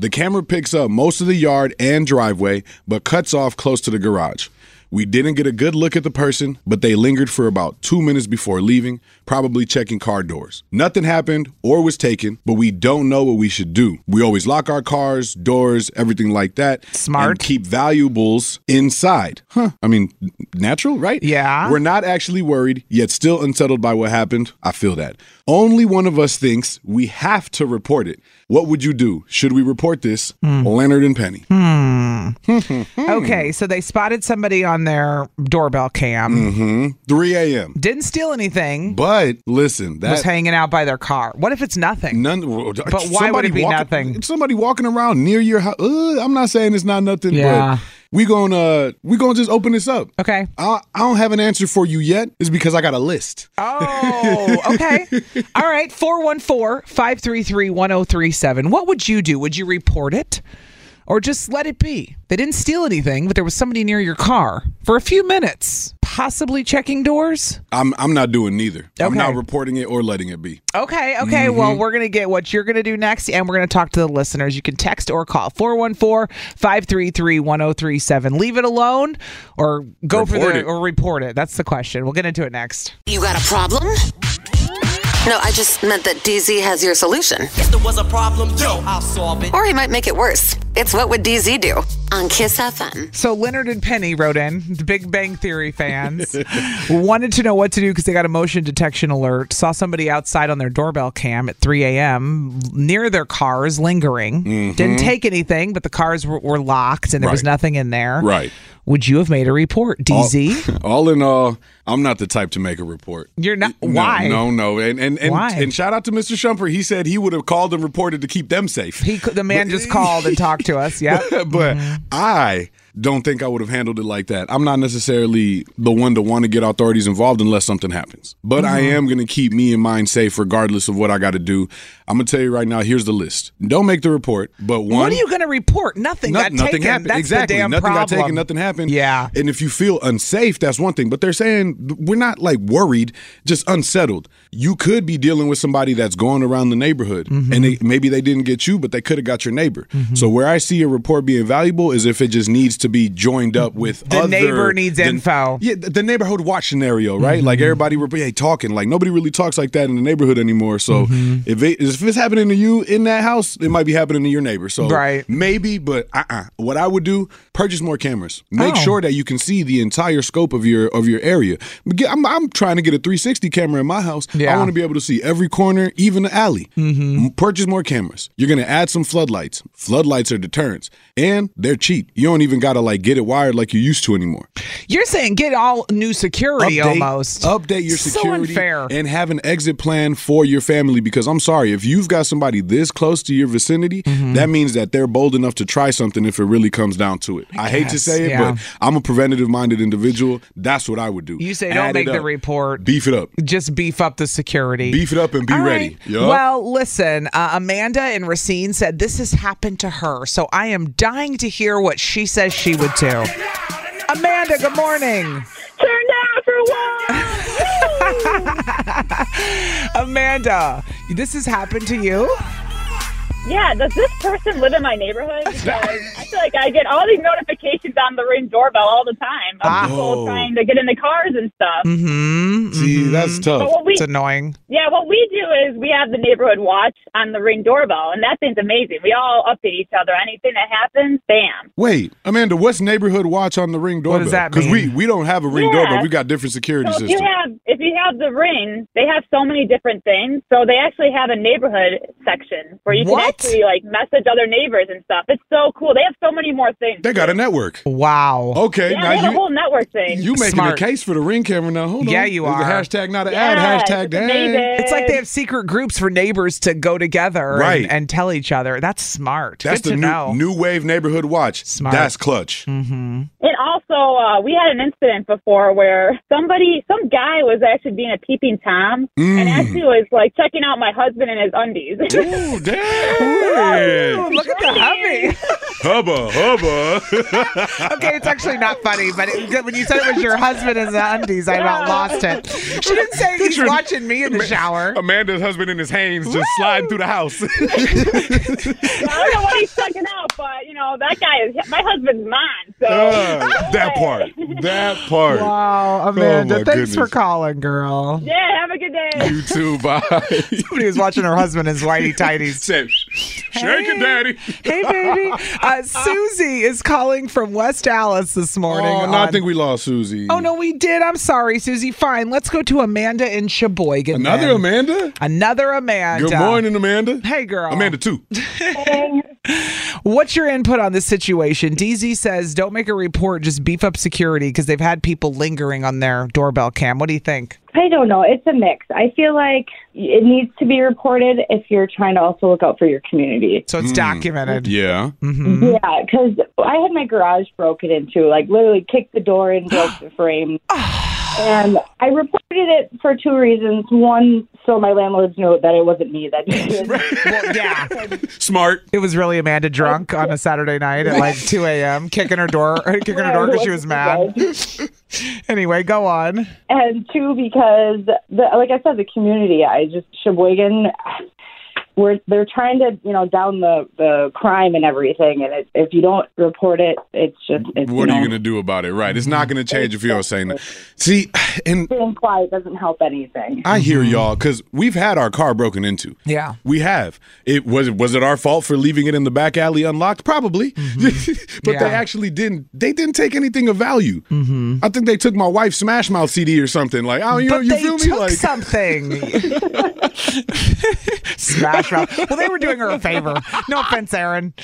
Speaker 3: the camera picks up most of the yard and driveway, but cuts off close to the garage. We didn't get a good look at the person, but they lingered for about two minutes before leaving, probably checking car doors. Nothing happened or was taken, but we don't know what we should do. We always lock our cars, doors, everything like that.
Speaker 2: Smart.
Speaker 3: and keep valuables inside. Huh. I mean, n- natural, right?
Speaker 2: Yeah.
Speaker 3: We're not actually worried, yet still unsettled by what happened. I feel that. Only one of us thinks we have to report it. What would you do? Should we report this?
Speaker 2: Hmm.
Speaker 3: Leonard and Penny. Hmm.
Speaker 2: Okay, so they spotted somebody on their doorbell cam.
Speaker 3: 3 a.m.
Speaker 2: Didn't steal
Speaker 3: Mm-hmm.
Speaker 2: anything.
Speaker 3: But listen, that
Speaker 2: was hanging out by their car. What if it's nothing?
Speaker 3: none. But
Speaker 2: why would it be nothing?
Speaker 3: Somebody walking around near your house. Uh, I'm not saying it's not nothing.
Speaker 2: Yeah.
Speaker 3: But we gonna we gonna just open this up.
Speaker 2: Okay.
Speaker 3: I, I don't have an answer for you yet. It's because I got a list.
Speaker 2: Oh, okay. All right. 414 533 1037. What would you do? Would you report it or just let it be? They didn't steal anything, but there was somebody near your car for a few minutes, possibly checking doors.
Speaker 3: I'm I'm not doing neither. I'm
Speaker 2: Okay.
Speaker 3: not reporting it or letting it be.
Speaker 2: Okay, okay.
Speaker 3: Mm-hmm.
Speaker 2: Well, we're going to get what you're going to do next, and we're going to talk to the listeners. You can text or call 414 533 1037. Leave it alone or go for
Speaker 3: Report
Speaker 2: the
Speaker 3: it.
Speaker 2: or report it. That's the question. We'll get into it next.
Speaker 1: You got a problem? No, I just meant that DZ has your solution.
Speaker 9: If there was a problem, yo, I'll solve it.
Speaker 1: Or he might make it worse. It's What Would DZ Do on Kiss FM.
Speaker 2: So Leonard and Penny wrote in, the Big Bang Theory fans, wanted to know what to do because they got a motion detection alert. Saw somebody outside on their doorbell cam at 3 a.m. near their cars, lingering. Didn't take anything, but the cars were, were locked and there was
Speaker 3: Mm-hmm. Right.
Speaker 2: nothing in there.
Speaker 3: Right.
Speaker 2: Would you have made a report, DZ?
Speaker 3: All in all, I'm not the type to make a report.
Speaker 2: You're not.
Speaker 3: No,
Speaker 2: why?
Speaker 3: No, no, and and and,
Speaker 2: Why?
Speaker 3: and shout out to Mr. Shumper. He said he would have called and reported to keep them safe.
Speaker 2: He, c- the man just called and talked to us. Yeah.
Speaker 3: but
Speaker 2: Mm-hmm.
Speaker 3: I don't think I would have handled it like that. I'm not necessarily the one to want to get authorities involved unless something happens. But I
Speaker 2: Mm-hmm.
Speaker 3: am going to keep me and mine safe regardless of what I got to do. I'm going to tell you right now, here's the list. Don't make the report, but one
Speaker 2: What are you going to report? Nothing.
Speaker 3: No-
Speaker 2: got
Speaker 3: nothing
Speaker 2: taken.
Speaker 3: happened.
Speaker 2: That's
Speaker 3: exactly.
Speaker 2: The damn
Speaker 3: nothing
Speaker 2: problem.
Speaker 3: got taken. Nothing happened.
Speaker 2: Yeah.
Speaker 3: And if you feel unsafe, that's one thing. But they're saying th- we're not like worried, just unsettled. You could be dealing with somebody that's going around the neighborhood,
Speaker 2: Mm-hmm.
Speaker 3: and they, maybe they didn't get you, but they could have got your neighbor. So where I see a report being valuable is if it just needs to be joined up with
Speaker 2: The
Speaker 3: other-
Speaker 2: neighbor needs
Speaker 3: the-
Speaker 2: info.
Speaker 3: Yeah, th- the neighborhood watch
Speaker 2: Mm-hmm. Mm-hmm.
Speaker 3: scenario, right? Like everybody, rep- hey, talking. Like nobody really talks like that in the neighborhood anymore. So if it is Because if it's happening to you in that house, it might be happening to your neighbor. So
Speaker 2: Right.
Speaker 3: maybe, but uh-uh. What I would do: purchase more cameras. Make
Speaker 2: Oh.
Speaker 3: sure that you can see the entire scope of your of your area. But get- I'm, I'm trying to get a 360 camera in my house. I
Speaker 2: Yeah. Mm-hmm.
Speaker 3: want to be able to see every corner, even the alley. M- Purchase more cameras. You're gonna add some floodlights. Floodlights are deterrents, and they're cheap. You don't even gotta like get it wired like you used to anymore.
Speaker 2: You're saying get all new security
Speaker 3: Update-
Speaker 2: almost.
Speaker 3: Update your
Speaker 2: So
Speaker 3: security
Speaker 2: unfair.
Speaker 3: and have an exit plan for your family because I'm sorry, if you've got somebody this close to your vicinity,
Speaker 2: Mm-hmm.
Speaker 3: that means that they're bold enough to try something if it really comes down to it. I, hate to
Speaker 2: guess,
Speaker 3: say it,
Speaker 2: yeah.
Speaker 3: but I'm a preventative minded individual. That's what I would do.
Speaker 2: You say don't
Speaker 3: Add
Speaker 2: make
Speaker 3: it
Speaker 2: the
Speaker 3: up.
Speaker 2: report.
Speaker 3: Beef it up.
Speaker 2: Just beef up the security.
Speaker 3: Beef it up and be
Speaker 2: All
Speaker 3: ready.
Speaker 2: right.
Speaker 3: Yup.
Speaker 2: Well, listen, uh, Amanda and Racine said this has happened to her, so I am dying to hear what she says she would do. Amanda, good morning.
Speaker 6: Turn down for what?
Speaker 2: Amanda, this has happened to you?
Speaker 7: Yeah, does this person live in my neighborhood? Because I feel like I get all these notifications on the ring doorbell all the time of
Speaker 2: Ah.
Speaker 3: Oh.
Speaker 7: people trying to get in the cars and stuff.
Speaker 2: Mm-hmm.
Speaker 3: See, that's
Speaker 7: But
Speaker 3: tough.
Speaker 7: what we
Speaker 2: It's annoying.
Speaker 7: Yeah, what we do is we have the neighborhood watch on the ring doorbell, and that thing's amazing. We all update each other. Anything that happens, bam.
Speaker 3: Wait, Amanda, what's neighborhood watch on the ring doorbell?
Speaker 2: does that
Speaker 3: Because we,
Speaker 2: mean?
Speaker 3: we don't have a ring
Speaker 7: Yeah.
Speaker 3: doorbell. We got different security
Speaker 7: So if you
Speaker 3: systems.
Speaker 7: have if you have the ring, they have so many different things. So they actually have a neighborhood section where you
Speaker 2: What?
Speaker 7: can actually like message other neighbors and stuff. It's so cool. They have so many more things.
Speaker 3: they got a network.
Speaker 2: Wow.
Speaker 3: Okay,
Speaker 7: yeah, they
Speaker 3: now
Speaker 7: have
Speaker 3: you
Speaker 7: a whole network thing.
Speaker 3: You making
Speaker 2: Smart.
Speaker 3: a case for the ring camera now? Hold on.
Speaker 2: Yeah, you
Speaker 3: There's
Speaker 2: are.
Speaker 3: a hashtag, not an
Speaker 7: yeah,
Speaker 3: ad. Hashtag
Speaker 7: it's
Speaker 3: dang.
Speaker 7: amazing.
Speaker 2: It's like they have secret groups for neighbors to go together and-
Speaker 3: Right.
Speaker 2: and, tell each other. That's smart.
Speaker 3: That's
Speaker 2: Good
Speaker 3: the
Speaker 2: to
Speaker 3: new,
Speaker 2: know.
Speaker 3: new wave neighborhood watch.
Speaker 2: Smart. Mm-hmm.
Speaker 3: That's clutch.
Speaker 7: And also, uh, we had an incident before where somebody, some guy was actually being a peeping Tom and actually was like checking out my husband in his undies.
Speaker 3: Ooh, damn.
Speaker 2: Ooh, Oh, look at the hubby.
Speaker 3: hubba, hubba.
Speaker 2: Okay, it's actually not funny, but it, when you said it was your husband in the undies, I about lost it. She didn't say he's
Speaker 3: Picture-
Speaker 2: watching me in the shower.
Speaker 3: Amanda's husband in his Hanes just sliding through the house.
Speaker 7: I don't know what he's checking out, but you know, that guy is, my husband's mine. So
Speaker 3: Ah, that part. That part.
Speaker 2: Wow, Amanda,
Speaker 3: Oh, my
Speaker 2: thanks for
Speaker 3: goodness.
Speaker 2: calling, girl.
Speaker 7: yeah, have a good day.
Speaker 3: You too, bye.
Speaker 2: Somebody was watching her husband in his whitey tighties.
Speaker 3: Said, Shake it, daddy.
Speaker 2: Hey, baby. Uh, Susie is calling from West Dallas this morning.
Speaker 3: Oh, no, I
Speaker 2: on-
Speaker 3: think we lost Susie.
Speaker 2: Oh no, we did. I'm sorry, Susie. Fine, let's go to Amanda in Sheboygan.
Speaker 3: Another
Speaker 2: then.
Speaker 3: Amanda?
Speaker 2: Another Amanda.
Speaker 3: Good morning, Amanda.
Speaker 2: Hey, girl.
Speaker 3: Amanda, too.
Speaker 2: What's your input on this situation? DZ says, don't make a report, just beef up security because they've had people lingering on their doorbell cam. What do you think?
Speaker 10: I don't know. It's a mix. I feel like it needs to be reported if you're trying to also look out for your community.
Speaker 2: So it's documented.
Speaker 3: Hmm. Yeah.
Speaker 10: Yeah, because I had my garage broken into, like literally kicked the door in, broke the frame. And I reported it for two reasons. One, so my landlords knew that it wasn't me that did it.
Speaker 2: Well, yeah.
Speaker 3: Smart.
Speaker 2: It was really
Speaker 3: Oh,
Speaker 2: Amanda drunk on a Saturday night at like 2 a.m., kicking her door, kicking her door because she was mad. Anyway, go on.
Speaker 10: and two because the like I said, the community. I just Sheboygan. We're they're trying to you know down the the crime and everything, and it, if you don't report it, it's just
Speaker 3: What
Speaker 10: it's,
Speaker 3: are
Speaker 10: you
Speaker 3: you
Speaker 10: know,
Speaker 3: going to do about it? Right. It's not going to change if you don't say nothing. See, and
Speaker 10: being quiet doesn't help anything.
Speaker 3: I hear y'all because we've had our car broken into.
Speaker 2: Yeah.
Speaker 3: We have. It was was it our fault for leaving it in the back alley unlocked? Probably. but
Speaker 2: Mm-hmm. Yeah. Mm-hmm.
Speaker 3: they actually didn't they didn't take anything of value. I think they took my wife's Smash Mouth CD or something. Like, oh, you know,
Speaker 2: but
Speaker 3: you
Speaker 2: they
Speaker 3: feel me?
Speaker 2: took
Speaker 3: Like
Speaker 2: something. Smash Mouth. Well, they were doing her a favor. No offense, Aaron.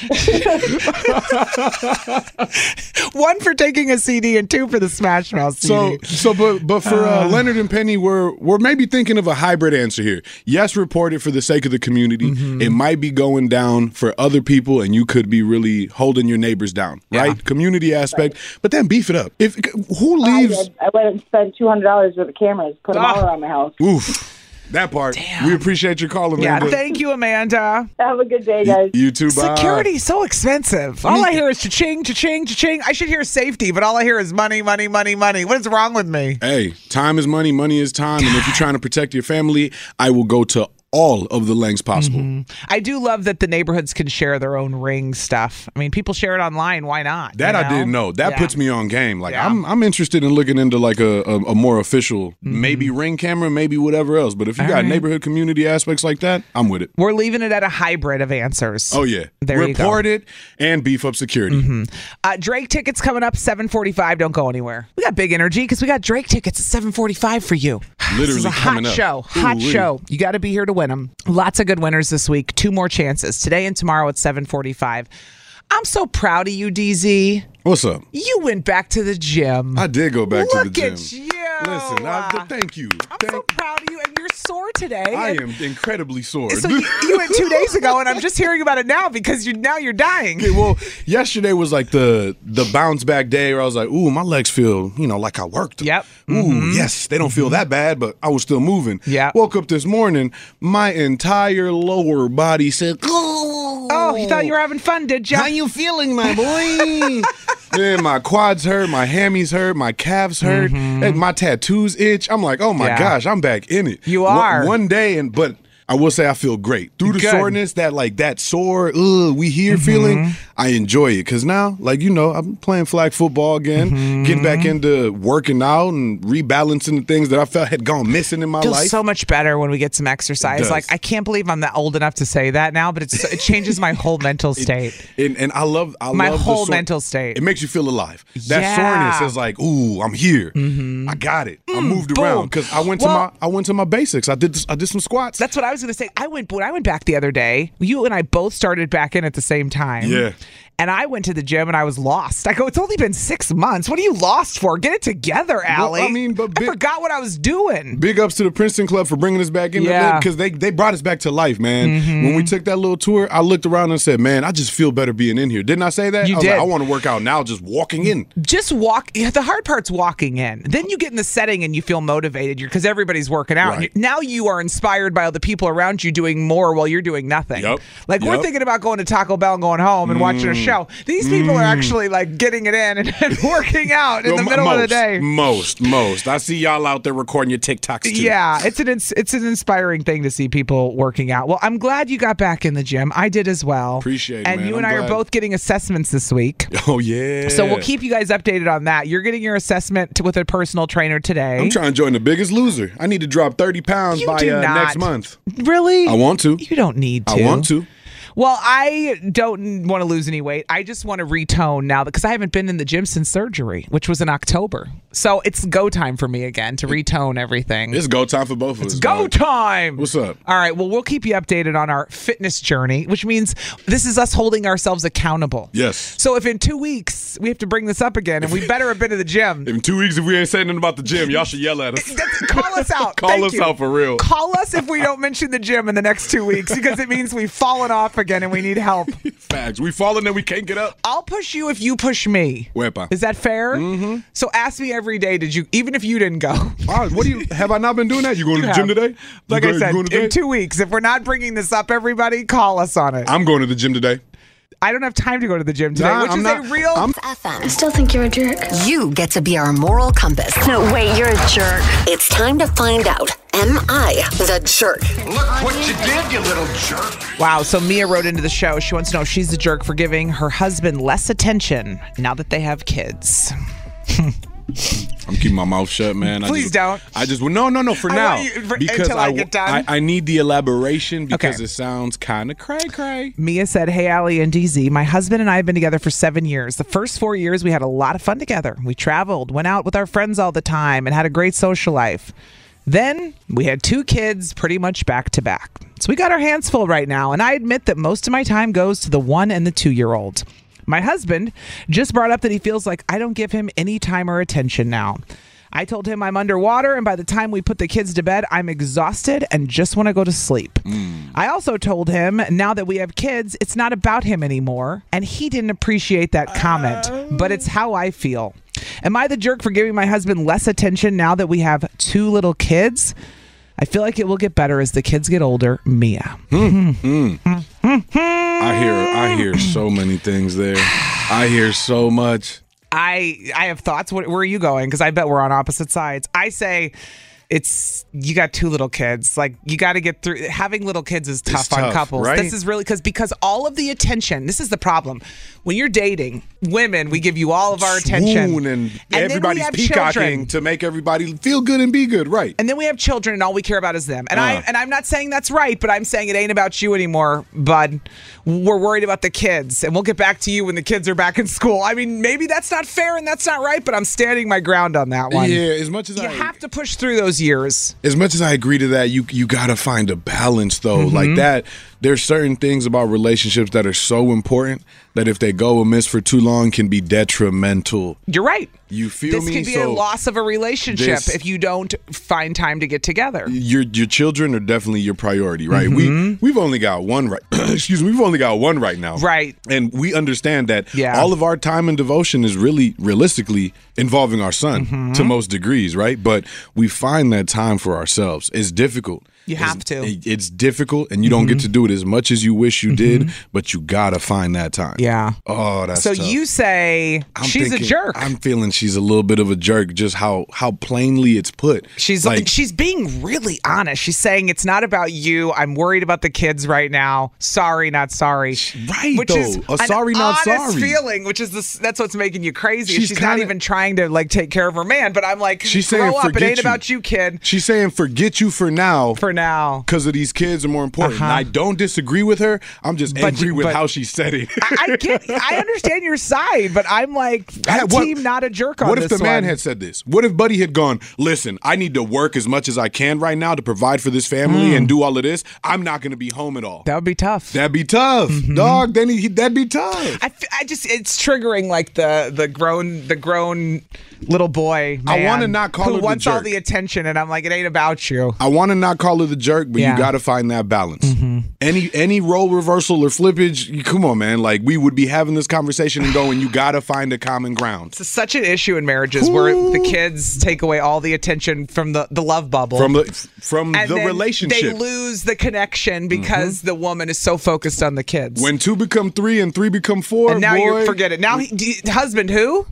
Speaker 2: One for taking a CD and two for the Smash Mouth CD.
Speaker 3: So, so, but, but for uh, Leonard and Penny, we're we're maybe thinking of a hybrid answer here. Yes, report it for the sake of the community.
Speaker 2: Mm-hmm.
Speaker 3: It might be going down for other people, and you could be really holding your neighbors down, right? Community aspect, but then beef it up. If who
Speaker 10: I,
Speaker 3: leaves,
Speaker 10: did. I went and spent two hundred dollars for the cameras, put
Speaker 2: Ah.
Speaker 10: them all around my house.
Speaker 3: oof, that part. We appreciate your calling,
Speaker 2: yeah,
Speaker 3: Amanda.
Speaker 2: thank you, Amanda.
Speaker 10: Have a good day, guys.
Speaker 3: you too. Bye.
Speaker 2: Security is so expensive. All I hear is cha-ching, cha-ching, cha-ching. I should hear safety, but all I hear is money, money, money, money. What is wrong with me?
Speaker 3: Hey, time is money, money is time, and if you're trying to protect your family, I will go to all of the lengths possible.
Speaker 2: I do love that the neighborhoods can share their own ring stuff. I mean, people share it online. Why not?
Speaker 3: That
Speaker 2: you
Speaker 3: I didn't know. That
Speaker 2: Yeah.
Speaker 3: puts me on game. Like I'm, I'm interested in looking into like a, a, a more official, maybe ring camera, maybe whatever else. But if you
Speaker 2: Mm-hmm. All
Speaker 3: got
Speaker 2: right.
Speaker 3: neighborhood community aspects like that, I'm with it.
Speaker 2: We're leaving it at a hybrid of answers.
Speaker 3: Oh yeah,
Speaker 2: There you go.
Speaker 3: report it and beef up security.
Speaker 2: Uh, Drake tickets coming up 7:45. Don't go anywhere. We got big energy because we got Drake tickets at 7:45 for you. this is
Speaker 3: Literally
Speaker 2: a hot
Speaker 3: coming up.
Speaker 2: show. Hot
Speaker 3: Ooh-wee.
Speaker 2: show. You got to be here to win them. Lots of good winners this week. Two more chances today and tomorrow at 7:45. I'm so proud of you, DZ.
Speaker 3: What's up?
Speaker 2: You went back to the gym.
Speaker 3: I did go back to
Speaker 2: Look
Speaker 3: the gym.
Speaker 2: at you.
Speaker 3: Listen, I, thank you.
Speaker 2: I'm so proud of you, and you're sore today.
Speaker 3: I
Speaker 2: And
Speaker 3: am incredibly sore.
Speaker 2: So you, you went two days ago, and I'm just hearing about it now because you now you're dying.
Speaker 3: Okay, well, yesterday was like the the bounce back day where I was like, ooh, my legs feel, you know, like I worked. Yep. Ooh,
Speaker 2: Mm-hmm.
Speaker 3: yes, they don't feel that bad, but I was still moving. Yeah. Woke up this morning, my entire lower body said,
Speaker 2: Oh, you thought you were having fun, did you? How
Speaker 3: you feeling, my boy? Man, my quads hurt, my hammies hurt, my calves hurt, and my tattoos itch. I'm like, oh my
Speaker 2: Mm-hmm. Yeah.
Speaker 3: gosh, I'm back in it. You
Speaker 2: are.
Speaker 3: one, day, and but I will say I feel great through the
Speaker 2: Good. Mm-hmm.
Speaker 3: soreness. That like that sore, ugh, we here feeling. I enjoy it because now, like you know, I'm playing flag football again,
Speaker 2: Mm-hmm.
Speaker 3: getting back into working out and rebalancing the things that I felt had gone missing in my
Speaker 2: feels
Speaker 3: life.
Speaker 2: so much better when we get some exercise.
Speaker 3: does.
Speaker 2: Like I can't believe I'm that old enough to say that now, but it's, it changes my whole mental state.
Speaker 3: and and I love I
Speaker 2: My
Speaker 3: love the
Speaker 2: whole
Speaker 3: sore-
Speaker 2: mental state.
Speaker 3: It makes you feel alive. That
Speaker 2: Yeah.
Speaker 3: soreness is like, ooh, I'm here. I got it. I moved around because I went to
Speaker 2: Mm-hmm. Mm, Well-
Speaker 3: my I went to my basics. I did this, I did some squats.
Speaker 2: That's what I was going to say. I went when I went back the other day. You and I both started back in at the same time.
Speaker 3: Yeah.
Speaker 2: And I went to the gym and I was lost. I go, it's only been six months. What are you lost for? Get it together,
Speaker 3: Well,
Speaker 2: Allie.
Speaker 3: I mean, but
Speaker 2: I
Speaker 3: big-
Speaker 2: forgot what I was doing.
Speaker 3: Big ups to the Princeton Club for bringing us back in
Speaker 2: Yeah. Mm-hmm.
Speaker 3: because they they brought us back to life, man. When we took that little tour, I looked around and said, "Man, I just feel better being in here." Didn't I say that?
Speaker 2: You
Speaker 3: I was
Speaker 2: did.
Speaker 3: Like, I want to work out now, just walking in.
Speaker 2: Just walk. yeah, The hard part's walking in. Then you get in the setting and you feel motivated because everybody's working out.
Speaker 3: Right.
Speaker 2: Now you are inspired by all the people around you doing more while you're doing nothing.
Speaker 3: Yep.
Speaker 2: Like we're
Speaker 3: Yep.
Speaker 2: thinking about going to Taco Bell and going home and watching a show. These people are
Speaker 3: Mm.
Speaker 2: actually like getting it in and, and working out in
Speaker 3: Well,
Speaker 2: the
Speaker 3: mo-
Speaker 2: middle
Speaker 3: most,
Speaker 2: of the day.
Speaker 3: most, most. I see y'all out there recording your TikToks too.
Speaker 2: Yeah, it's an ins- it's an inspiring thing to see people working out. Well, I'm glad you got back in the gym. I did as well.
Speaker 3: Appreciate it,
Speaker 2: And
Speaker 3: man.
Speaker 2: you and
Speaker 3: I'm
Speaker 2: I are
Speaker 3: glad.
Speaker 2: both getting assessments this week.
Speaker 3: Oh yeah.
Speaker 2: So we'll keep you guys updated on that. You're getting your assessment t- with a personal trainer today.
Speaker 3: I'm trying to join the biggest loser. I need to drop 30 pounds
Speaker 2: You
Speaker 3: by
Speaker 2: do
Speaker 3: uh,
Speaker 2: not.
Speaker 3: next month.
Speaker 2: Really?
Speaker 3: I want to.
Speaker 2: You don't need to.
Speaker 3: I want to.
Speaker 2: Well, I don't want to lose any weight. I just want to retone now because I haven't been in the gym since surgery, which was in October. So it's go time for me again to retone everything.
Speaker 3: It's go time for both of us.
Speaker 2: Go
Speaker 3: dog.
Speaker 2: time.
Speaker 3: What's up?
Speaker 2: All right. Well, we'll keep you updated on our fitness journey, which means this is us holding ourselves accountable.
Speaker 3: Yes.
Speaker 2: So if in two weeks we have to bring this up again, and we better have been to the gym,
Speaker 3: In two weeks, if we ain't saying nothing about the gym, y'all should yell at us.
Speaker 2: that's- call us out.
Speaker 3: Call
Speaker 2: Thank
Speaker 3: us
Speaker 2: you.
Speaker 3: out for real.
Speaker 2: Call us if we don't mention the gym in the next two weeks because it means we've fallen off again and we need help.
Speaker 3: Facts. We falling and we can't get up.
Speaker 2: I'll push you if you push me.
Speaker 3: Wepa.
Speaker 2: Is that fair? Mm-hmm. So ask me every day. Did you even if you didn't go?
Speaker 3: All right, what do you have? I not been doing that. You going to the gym
Speaker 2: have.
Speaker 3: today? You
Speaker 2: Like
Speaker 3: go-
Speaker 2: I
Speaker 3: you
Speaker 2: said,
Speaker 3: going today?
Speaker 2: in two weeks, if we're not bringing this up, everybody call us on it.
Speaker 3: I'm going to the gym today.
Speaker 2: I don't have time to go to the gym today,
Speaker 3: Nah,
Speaker 2: which
Speaker 3: I'm
Speaker 2: is
Speaker 3: not-
Speaker 2: a real.
Speaker 3: I'm-
Speaker 1: FM.
Speaker 11: I still think you're a jerk.
Speaker 1: You get to be our moral compass.
Speaker 11: No, wait, you're a jerk.
Speaker 1: It's time to find out Am I the jerk?
Speaker 9: Look what you did, you little jerk.
Speaker 2: wow. So Mia wrote into the show. She wants to know if she's the jerk for giving her husband less attention now that they have kids.
Speaker 3: I'm keeping my mouth shut, man.
Speaker 2: Please
Speaker 3: I just,
Speaker 2: don't.
Speaker 3: I just no, no, no. For
Speaker 2: I
Speaker 3: now,
Speaker 2: want you- for-
Speaker 3: because
Speaker 2: until I
Speaker 3: w-
Speaker 2: get done.
Speaker 3: I, I need the elaboration because
Speaker 2: Okay.
Speaker 3: it sounds kind of cray cray.
Speaker 2: Mia said, Hey, Allie and DZ, my husband and I have been together for seven years. The first four years, we had a lot of fun together. We traveled, went out with our friends all the time, and had a great social life. Then we had two kids pretty much back to back. So we got our hands full right now, and I admit that most of my time goes to the one and the two year old. My husband just brought up that he feels like I don't give him any time or attention now. I told him I'm underwater, and by the time we put the kids to bed, I'm exhausted and just want to go to sleep. I also told him now that we have kids, it's not about him anymore, and he didn't appreciate that comment, but it's how I feel. Am I the jerk for giving my husband less attention now that we have two little kids? I feel like it will get better as the kids get older. Mia.
Speaker 3: I hear, I hear so many things there. I hear so much.
Speaker 2: I I have thoughts. Where, where are you going? Because I bet we're on opposite sides. I say it's you got two little kids. Like you got to get through having little kids is tough, on
Speaker 12: tough,
Speaker 2: couples.
Speaker 12: right?
Speaker 2: This is really cuz because all of the attention, this is the problem. When you're dating, women, we give you all of our attention
Speaker 3: Swoon and,
Speaker 2: then we
Speaker 3: everybody's
Speaker 2: have
Speaker 3: peacocking
Speaker 2: children.
Speaker 3: to make everybody feel good and be good, right?
Speaker 2: And then we have children, and all we care about is them. And
Speaker 3: Uh.
Speaker 2: I and I'm not saying that's right, but I'm saying it ain't about you anymore, bud. We're worried about the kids, and we'll get back to you when the kids are back in school. I mean, maybe that's not fair and that's not right, but I'm standing my ground on that one.
Speaker 3: Yeah, as much as
Speaker 2: you have to push through those years.
Speaker 3: As much as I agree to that, you you gotta find a balance though. Like that, there's certain things about relationships that are so important that if they go amiss for too long, can be detrimental.
Speaker 2: You're right.
Speaker 3: You feel
Speaker 2: this
Speaker 3: me?
Speaker 2: could be
Speaker 3: So
Speaker 2: a loss of a relationship
Speaker 3: this-
Speaker 2: if you don't find time to get together.
Speaker 3: Your your children are definitely your priority, right? We
Speaker 2: Mm-hmm.
Speaker 3: we've only got one right. excuse me, we've only got one right now,
Speaker 2: Right.
Speaker 3: And we understand that
Speaker 2: Yeah.
Speaker 3: all of our time and devotion is really realistically involving our son
Speaker 2: Mhm.
Speaker 3: to most degrees, right? But we find that time for ourselves. It's difficult.
Speaker 2: You have to.
Speaker 3: It- It's difficult, and you don't get
Speaker 2: Mm-hmm.
Speaker 3: to do it as much as you wish you did, but you gotta find that time.
Speaker 2: Yeah.
Speaker 3: Oh, that's
Speaker 2: so
Speaker 3: tough.
Speaker 2: you say
Speaker 3: I'm
Speaker 2: she's a
Speaker 3: thinking-
Speaker 2: jerk.
Speaker 3: I'm feeling she's a little bit of a jerk. Just how how plainly it's put.
Speaker 2: She's like, she's being really honest. She's saying it's not about you. I'm worried about the kids right now. Sorry, not sorry.
Speaker 3: Right,
Speaker 2: which is
Speaker 3: though. A
Speaker 2: an
Speaker 3: sorry, not
Speaker 2: honest
Speaker 3: sorry.
Speaker 2: feeling, which is this. That's what's making you crazy. She's,
Speaker 3: She's
Speaker 2: not
Speaker 3: kinda-
Speaker 2: even trying to like take care of her man. But I'm like,
Speaker 3: She's
Speaker 2: grow
Speaker 3: saying,
Speaker 2: up. It
Speaker 3: "Forget
Speaker 2: ain't
Speaker 3: you."
Speaker 2: about you, kid.
Speaker 3: She's saying, forget you for now.
Speaker 2: For now. Uh-huh.
Speaker 3: Because of these kids are more important. And I don't disagree with her. I'm just
Speaker 2: But
Speaker 3: angry
Speaker 2: you-
Speaker 3: with
Speaker 2: but-
Speaker 3: how she said it.
Speaker 2: I, I get. I understand your side, but I'm like,
Speaker 3: Yeah,
Speaker 2: I'm
Speaker 3: what-
Speaker 2: team not a jerk on
Speaker 3: what
Speaker 2: this
Speaker 3: if the man
Speaker 2: one.
Speaker 3: had said this? What if Buddy had gone, listen, I need to work as much as I can right now to provide for this family
Speaker 2: Mm.
Speaker 3: and do all of this. I'm not going to be home at all.
Speaker 2: That would be tough. Mm-hmm.
Speaker 3: That'd be tough, dog. Then he, that'd be tough.
Speaker 2: I, f- I just it's triggering like the the grown the grown little boy.
Speaker 3: I
Speaker 2: man
Speaker 3: wanna not call
Speaker 2: who
Speaker 3: her the
Speaker 2: wants all
Speaker 3: jerk.
Speaker 2: the attention, and I'm like, it ain't about you.
Speaker 3: I want to not call her the jerk, but
Speaker 2: Yeah. Mm-hmm.
Speaker 3: you got to find that balance. Any any role reversal or flippage, you- come on, man. Like we would be having this conversation and going, you got to find a common ground.
Speaker 2: It's such an issue in marriages where the kids take away all the attention from the, the love bubble
Speaker 3: From the- from the
Speaker 2: then
Speaker 3: relationship. Mm-hmm.
Speaker 2: They lose the connection because the woman is so focused on the kids.
Speaker 3: When two become three and three become four,
Speaker 2: and now
Speaker 3: boy.
Speaker 2: you forget it. Now he, d- husband who?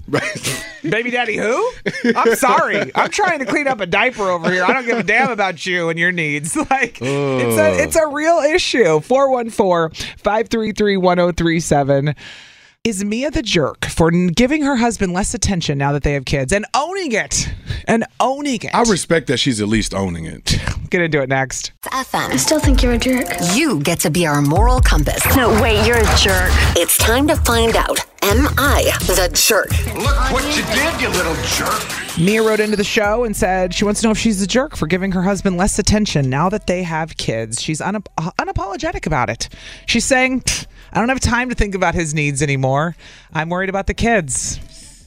Speaker 2: Baby daddy who? I'm sorry. I'm trying to clean up a diaper over here. I don't give a damn about you and your needs. Like it's a it's a real issue. 414-533-1037. Is Mia the jerk for n- giving her husband less attention now that they have kids and owning it? And owning it.
Speaker 3: I respect that she's at least owning it.
Speaker 2: Get into it next.
Speaker 1: FM. I still think you're a jerk. You get to be our moral compass.
Speaker 11: No, wait, you're a jerk.
Speaker 1: It's time to find out Am I the jerk?
Speaker 9: Look what you did, you little jerk.
Speaker 2: Mia wrote into the show and said she wants to know if she's a jerk for giving her husband less attention now that they have kids. She's unap- uh, unapologetic about it. She's saying, "Pfft, I don't have time to think about his needs anymore. I'm worried about the kids.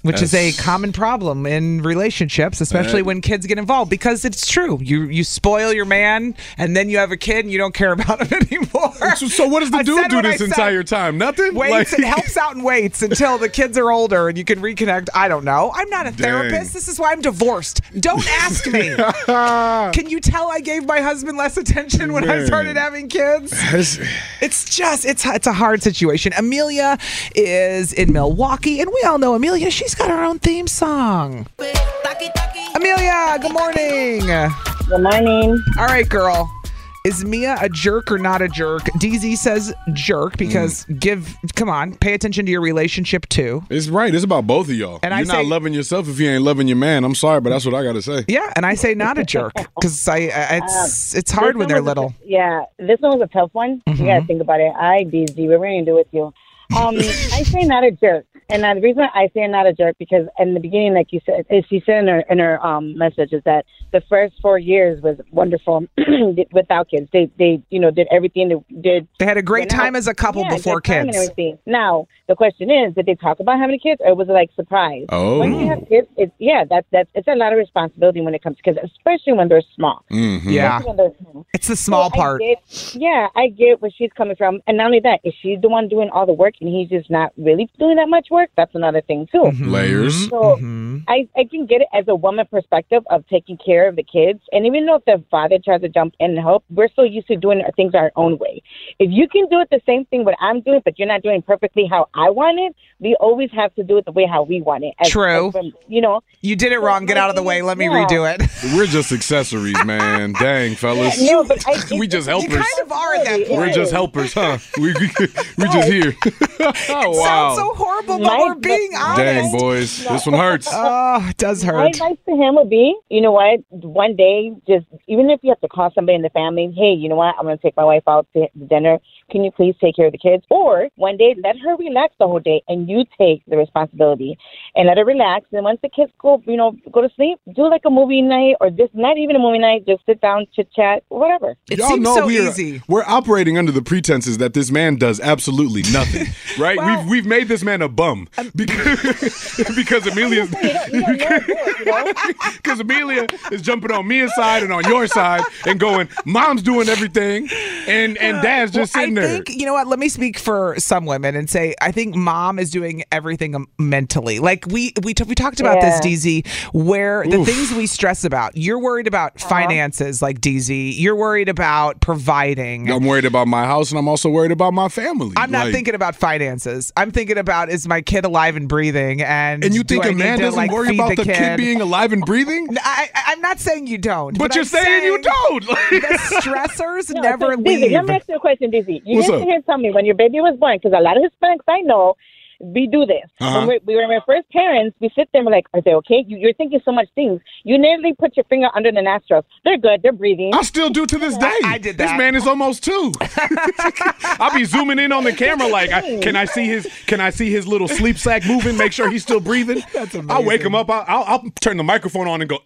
Speaker 2: Which is a
Speaker 12: That's-
Speaker 2: common problem in relationships, especially
Speaker 12: That-
Speaker 2: when kids get involved, because it's true. You you spoil your man, and then you have a kid, and you don't care about him anymore. So,
Speaker 3: what does the dude do this entire time? Nothing?
Speaker 2: Waits
Speaker 3: Like-
Speaker 2: and helps out and waits until the kids are older and you can reconnect. I don't know. I'm not a therapist. This is why I'm divorced. Don't ask me. Can you tell I gave my husband less attention when I
Speaker 12: Man.
Speaker 2: started having kids?
Speaker 3: That's-
Speaker 2: It's just it's it's a hard situation. Amelia is in Milwaukee, and we all know Amelia. She's got her own theme song. Amelia, good morning. Good morning. All right, girl. Is Mia a jerk or not a jerk? DZ says jerk because give come on, pay attention to your relationship too.
Speaker 3: Mm. It's right. It's about both of y'all.
Speaker 2: And I
Speaker 3: You're
Speaker 2: say-
Speaker 3: not loving yourself if you ain't loving your man. I'm sorry, but that's what I got to say.
Speaker 2: Yeah, and I say not a jerk because I, I it's it's hard
Speaker 10: Um, this
Speaker 2: when
Speaker 10: one
Speaker 2: they're
Speaker 10: was a-
Speaker 2: little. Mm-hmm.
Speaker 10: yeah, this one was a tough one. You got to think about it. I, DZ, we're going to do with you. Um, I say not a jerk. And uh, the reason I say not a jerk because in the beginning, like you said, as she said in her, in her um, message, is that the first four years was wonderful without kids. They, they, you know, did everything they did.
Speaker 2: They had a great
Speaker 10: went out.
Speaker 2: time as a couple
Speaker 10: Yeah, good
Speaker 2: before
Speaker 10: time and
Speaker 2: kids.
Speaker 10: everything. Now the question is, did they talk about having kids, or was it like surprise?
Speaker 2: Oh.
Speaker 10: Once you have kids, it's, yeah, that's that's it's a lot of responsibility when it comes to kids, especially when they're small.
Speaker 3: Mm-hmm.
Speaker 2: Mhm. Yeah.
Speaker 10: Especially when they're small.
Speaker 2: It's the small
Speaker 10: So I
Speaker 2: part.
Speaker 10: get- yeah, I get where she's coming from, and not only that, is she's the one doing all the work, and he's just not really doing that much
Speaker 12: work.
Speaker 10: work.
Speaker 12: That's another thing too.
Speaker 2: Mm-hmm.
Speaker 12: Mm-hmm.
Speaker 3: Layers.
Speaker 12: So I, I can get it as a woman perspective of taking care of the kids. And even though if the father tries to jump in and help, we're so used to doing our things our own way. If you can do it the same thing what I'm doing, but you're not doing perfectly how I want it, we always have to do it the way how we want it. as-
Speaker 2: True.
Speaker 12: as from- you know,
Speaker 2: You did it wrong. Get out of the way. Let me
Speaker 12: Yeah.
Speaker 2: redo it.
Speaker 3: We're just accessories, man. Dang, fellas.
Speaker 12: No, but I,
Speaker 3: we just
Speaker 2: You
Speaker 3: helpers.
Speaker 2: kind of are at that point.
Speaker 3: We're just helpers, huh? We we just here.
Speaker 2: It
Speaker 3: wow.
Speaker 2: sounds so horrible, but we're being honest.
Speaker 3: Dang, boys, this one hurts.
Speaker 2: Oh, it does
Speaker 12: My
Speaker 2: hurt.
Speaker 12: advice to him would be, you know what? One day, just even if you have to call somebody in the family, hey, you know what? I'm going to take my wife out to dinner. Can you please take care of the kids? Or one day, let her relax the whole day, and you take the responsibility and let her relax. And once the kids go, you know, go to sleep, do like a movie night or just not even a movie night, just sit down, chit chat, whatever.
Speaker 3: Y'all know we're, We're operating under the pretenses that this man does absolutely nothing, right? we've we've made this man a bum
Speaker 2: um,
Speaker 3: because because Amelia's because Amelia is jumping on Mia's side and on your side and going, "Mom's doing everything," and and Dad's just
Speaker 2: Uh, Well,
Speaker 3: sitting
Speaker 2: I
Speaker 3: there.
Speaker 2: think you know what. Let me speak for some women and say I think mom is doing everything um, mentally. Like we we t- we talked about
Speaker 13: Yeah.
Speaker 2: this, DZ, where the
Speaker 13: Oof.
Speaker 2: things we stress about. You're worried about finances, like DZ. You're worried about providing.
Speaker 3: I'm worried about my house and I'm also worried about my family.
Speaker 2: I'm not
Speaker 3: Like,
Speaker 2: thinking about finances. I'm thinking about is my kid alive and breathing? And
Speaker 3: And you
Speaker 2: do
Speaker 3: think
Speaker 2: I
Speaker 3: a man
Speaker 2: need to,
Speaker 3: doesn't
Speaker 2: like,
Speaker 3: worry
Speaker 2: feed
Speaker 3: about the kid being alive and breathing?
Speaker 2: I, I- I'm not saying you don't,
Speaker 3: But you're
Speaker 2: I'm
Speaker 3: saying you don't.
Speaker 2: the stressors never
Speaker 12: Dizzy,
Speaker 2: leave.
Speaker 12: Let me ask you a question, Dizzy. You
Speaker 2: What's
Speaker 12: didn't
Speaker 2: up?
Speaker 12: hear tell me when your baby was born, because a lot of Hispanics I know, we do this.
Speaker 14: Uh-huh.
Speaker 12: When we, we were my first parents, we sit there and we're like, are they okay? You, you're thinking so much things. You nearly put your finger under the nostrils. They're good. They're breathing.
Speaker 3: I still do to this day. I did This man is almost two. I'll be zooming in on the camera like, I, can I see his? Can I see his little sleep sack moving? Make sure he's still breathing. That's amazing. I'll wake him up. I'll, I'll, I'll turn the microphone on and go.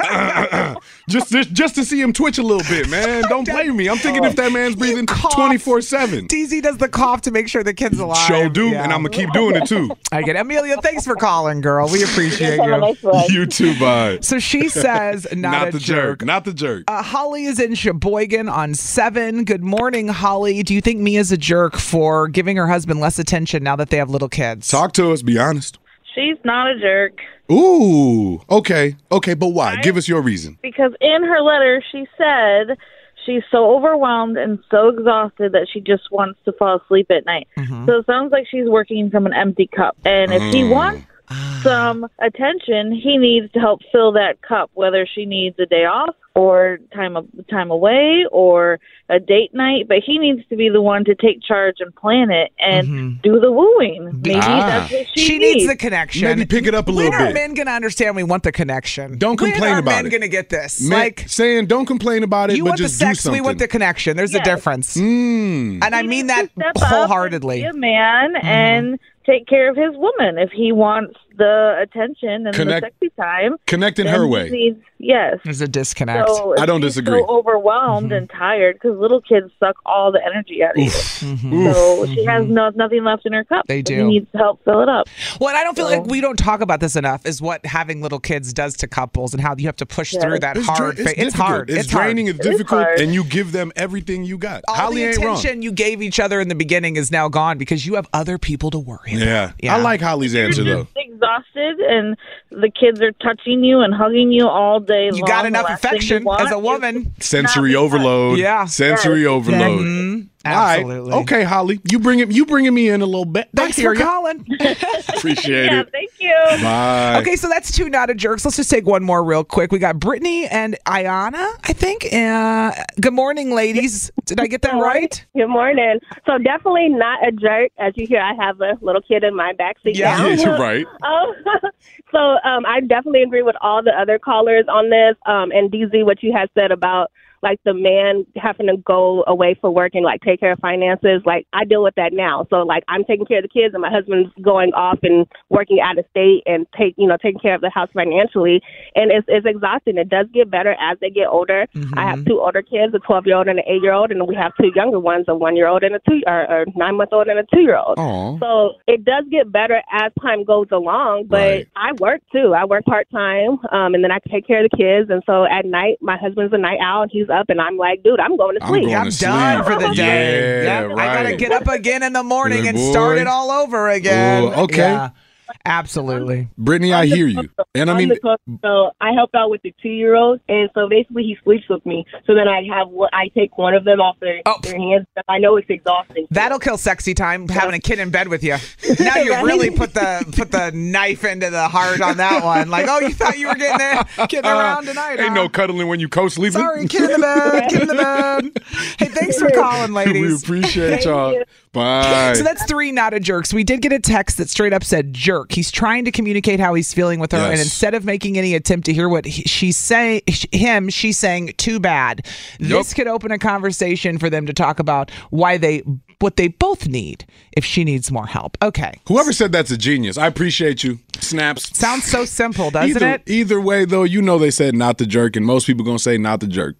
Speaker 3: just, just, just to see him twitch a little bit, man. Don't play me. I'm thinking if that man's breathing 24 seven.
Speaker 2: DZ does the cough to make sure the kid's alive.
Speaker 3: Show do, and I'ma keep doing it, too.
Speaker 2: I get it. Amelia. Thanks for calling, girl. We appreciate you.
Speaker 3: You too, bud.
Speaker 2: So she says, not, a
Speaker 3: the
Speaker 2: jerk.
Speaker 3: Not the jerk.
Speaker 2: Uh, Holly is in Sheboygan on seven. Good morning, Holly. Do you think Mia's a jerk for giving her husband less attention now that they have little kids?
Speaker 3: Talk to us. Be honest.
Speaker 14: She's not a jerk
Speaker 3: Ooh. Okay. Okay. But why? Give us your reason.
Speaker 14: because in her letter she said she's so overwhelmed and so exhausted that she just wants to fall asleep at night.
Speaker 2: Mm-hmm.
Speaker 14: So it sounds like she's working from an empty cup. And if he
Speaker 15: Mm.
Speaker 14: wants
Speaker 2: Ah.
Speaker 14: some attention, he needs to help fill that cup, whether she needs a day off or time of, time away or a date night. But he needs to be the one to take charge and plan it and do the wooing. Maybe
Speaker 2: Mm-hmm. Ah.
Speaker 14: that's what she,
Speaker 2: needs. the connection.
Speaker 3: Maybe pick it up a
Speaker 2: when
Speaker 3: little
Speaker 2: are
Speaker 3: bit.
Speaker 2: men gonna understand we want the connection?
Speaker 3: Don't
Speaker 2: when
Speaker 3: complain
Speaker 2: are
Speaker 3: about
Speaker 2: men
Speaker 3: it.
Speaker 2: Gonna get this?
Speaker 3: Man-
Speaker 2: like
Speaker 3: saying, don't complain about it,
Speaker 2: you
Speaker 3: but
Speaker 2: want
Speaker 3: just
Speaker 2: the
Speaker 3: do
Speaker 2: sex, we want
Speaker 3: something.
Speaker 2: the connection. There's
Speaker 14: Yes.
Speaker 2: a difference,
Speaker 3: mm.
Speaker 2: and I mean that wholeheartedly. Mm-hmm.
Speaker 14: be a man and take care of his woman if he wants the attention and
Speaker 3: Connect-
Speaker 14: the sexy time.
Speaker 3: connect in
Speaker 14: then
Speaker 3: her
Speaker 14: he
Speaker 3: way.
Speaker 14: needs- yes.
Speaker 2: There's a disconnect.
Speaker 14: So
Speaker 3: I don't
Speaker 14: she's
Speaker 3: disagree.
Speaker 14: So overwhelmed
Speaker 2: Mm-hmm.
Speaker 14: and tired because little kids suck all the energy out of you.
Speaker 2: Mm-hmm.
Speaker 14: So she has
Speaker 3: Mm-hmm.
Speaker 14: no, nothing left in her cup. They
Speaker 2: do.
Speaker 14: She needs to help fill it up.
Speaker 2: Well, and I don't feel
Speaker 14: So-
Speaker 2: like we don't talk about this enough. Is what having little kids does to couples, and how you have to push
Speaker 3: Yeah.
Speaker 2: through that
Speaker 3: It's dra-
Speaker 2: hard.
Speaker 3: it's
Speaker 2: fa- it's
Speaker 3: difficult.
Speaker 2: hard.
Speaker 3: It's draining, it's It is difficult, hard. and you give them everything you got.
Speaker 2: All
Speaker 3: Holly
Speaker 2: the
Speaker 3: ain't wrong.
Speaker 2: attention you gave each other in the beginning is now gone because you have other people to worry.
Speaker 3: Yeah. I like Holly's answer though.
Speaker 14: Exhausted, and the kids are touching you and hugging you all day long.
Speaker 2: You got enough
Speaker 14: The last thing you
Speaker 2: affection
Speaker 14: want
Speaker 2: as a
Speaker 14: is-
Speaker 2: woman.
Speaker 3: Sensory overload.
Speaker 2: Yeah.
Speaker 3: Sensory
Speaker 2: Yes.
Speaker 3: overload.
Speaker 2: Mhm.
Speaker 3: All right.
Speaker 2: Absolutely.
Speaker 3: Okay, Holly. You bring it you bringing me in a little bit.
Speaker 2: Thanks
Speaker 3: I hear
Speaker 2: for
Speaker 3: ya.
Speaker 2: calling.
Speaker 3: Appreciate it.
Speaker 14: Thank you.
Speaker 3: Bye.
Speaker 2: Okay, so that's two not a jerks. Let's just take one more real quick. We got Brittany and Ayana, I think. Uh, good morning, ladies. Did I get that right?
Speaker 16: Good morning. So definitely not a jerk. As you hear, I have a little kid in my backseat.
Speaker 3: Yeah.
Speaker 16: now.
Speaker 3: Yeah, you're right.
Speaker 16: Um, so um, I definitely agree with all the other callers on this. Um, and DZ, what you had said about like the man having to go away for work and like take care of finances. Like I deal with that now. So like I'm taking care of the kids and my husband's going off and working out of state and take you know taking care of the house financially, and it's it's exhausting. It does get better as they get older. I
Speaker 3: Mm-hmm.
Speaker 16: have two older kids, a twelve year old and an eight year old, and we have two younger ones, a one year old and a two or, or nine month old and a two year old.
Speaker 3: Aw.
Speaker 16: So it does get better as time goes along, but
Speaker 3: Right.
Speaker 16: I work too. I work part time, um, and then I take care of the kids. And so at night, my husband's a night owl, and he's up, and I'm like, dude, I'm going to
Speaker 3: I'm
Speaker 16: sleep.
Speaker 3: going
Speaker 2: I'm
Speaker 3: to
Speaker 2: done
Speaker 3: sleep.
Speaker 2: for the day.
Speaker 3: Yeah,
Speaker 2: I gotta
Speaker 3: right.
Speaker 2: get up again in the morning
Speaker 3: Good
Speaker 2: and start
Speaker 3: boy.
Speaker 2: it all over again.
Speaker 3: Ooh, okay.
Speaker 2: absolutely.
Speaker 3: Brittany, I hear you. And I
Speaker 13: I'm
Speaker 3: mean,
Speaker 13: the cook, so I help out with the two year old, and so basically he sleeps with me. So then I have one- I take one of them off their, their hands. but I know it's exhausting.
Speaker 2: Oh. That'll kill sexy time having a kid in bed with you. Now you really put the put the knife into the heart on that one. Like, oh, you thought you were getting there,
Speaker 3: Uh,
Speaker 2: Uh, getting around tonight.
Speaker 4: Ain't
Speaker 2: huh?
Speaker 4: no cuddling when you co-sleeping.
Speaker 2: Sorry, kid in the bed, kid in the bed. Hey, thanks for calling, ladies.
Speaker 4: We appreciate y'all.
Speaker 3: Bye.
Speaker 2: So that's three not a jerks. We did get a text that straight up said jerk. He's trying to communicate how he's feeling with her, and
Speaker 3: Yes.
Speaker 2: instead of making any attempt to hear what he, she's saying, him, she's saying too bad. This could open a conversation for them to talk about why they what they both need if she needs more help. Okay,
Speaker 3: whoever said that's a genius, I appreciate you. Snaps.
Speaker 2: sounds so simple, doesn't
Speaker 3: either,
Speaker 2: it?
Speaker 3: Either way, though, you know they said not the jerk, and most people gonna say not the jerk.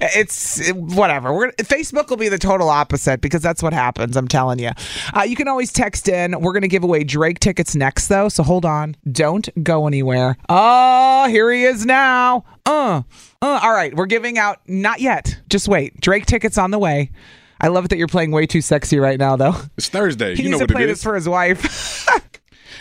Speaker 2: it's whatever. We're gonna- Facebook will be the total opposite because that's what happens. I'm telling you. Uh, you can always text in. We're gonna give away Drake tickets next, though. So hold on. Don't go anywhere. Oh, here he is now. Uh, uh. All right, we're giving out. Not yet. Just wait. Drake tickets on the way. I love it that you're playing way too sexy right now, though.
Speaker 3: It's Thursday.
Speaker 2: He
Speaker 3: you know
Speaker 2: needs to
Speaker 3: what
Speaker 2: play
Speaker 3: it
Speaker 2: this
Speaker 3: is.
Speaker 2: for his wife.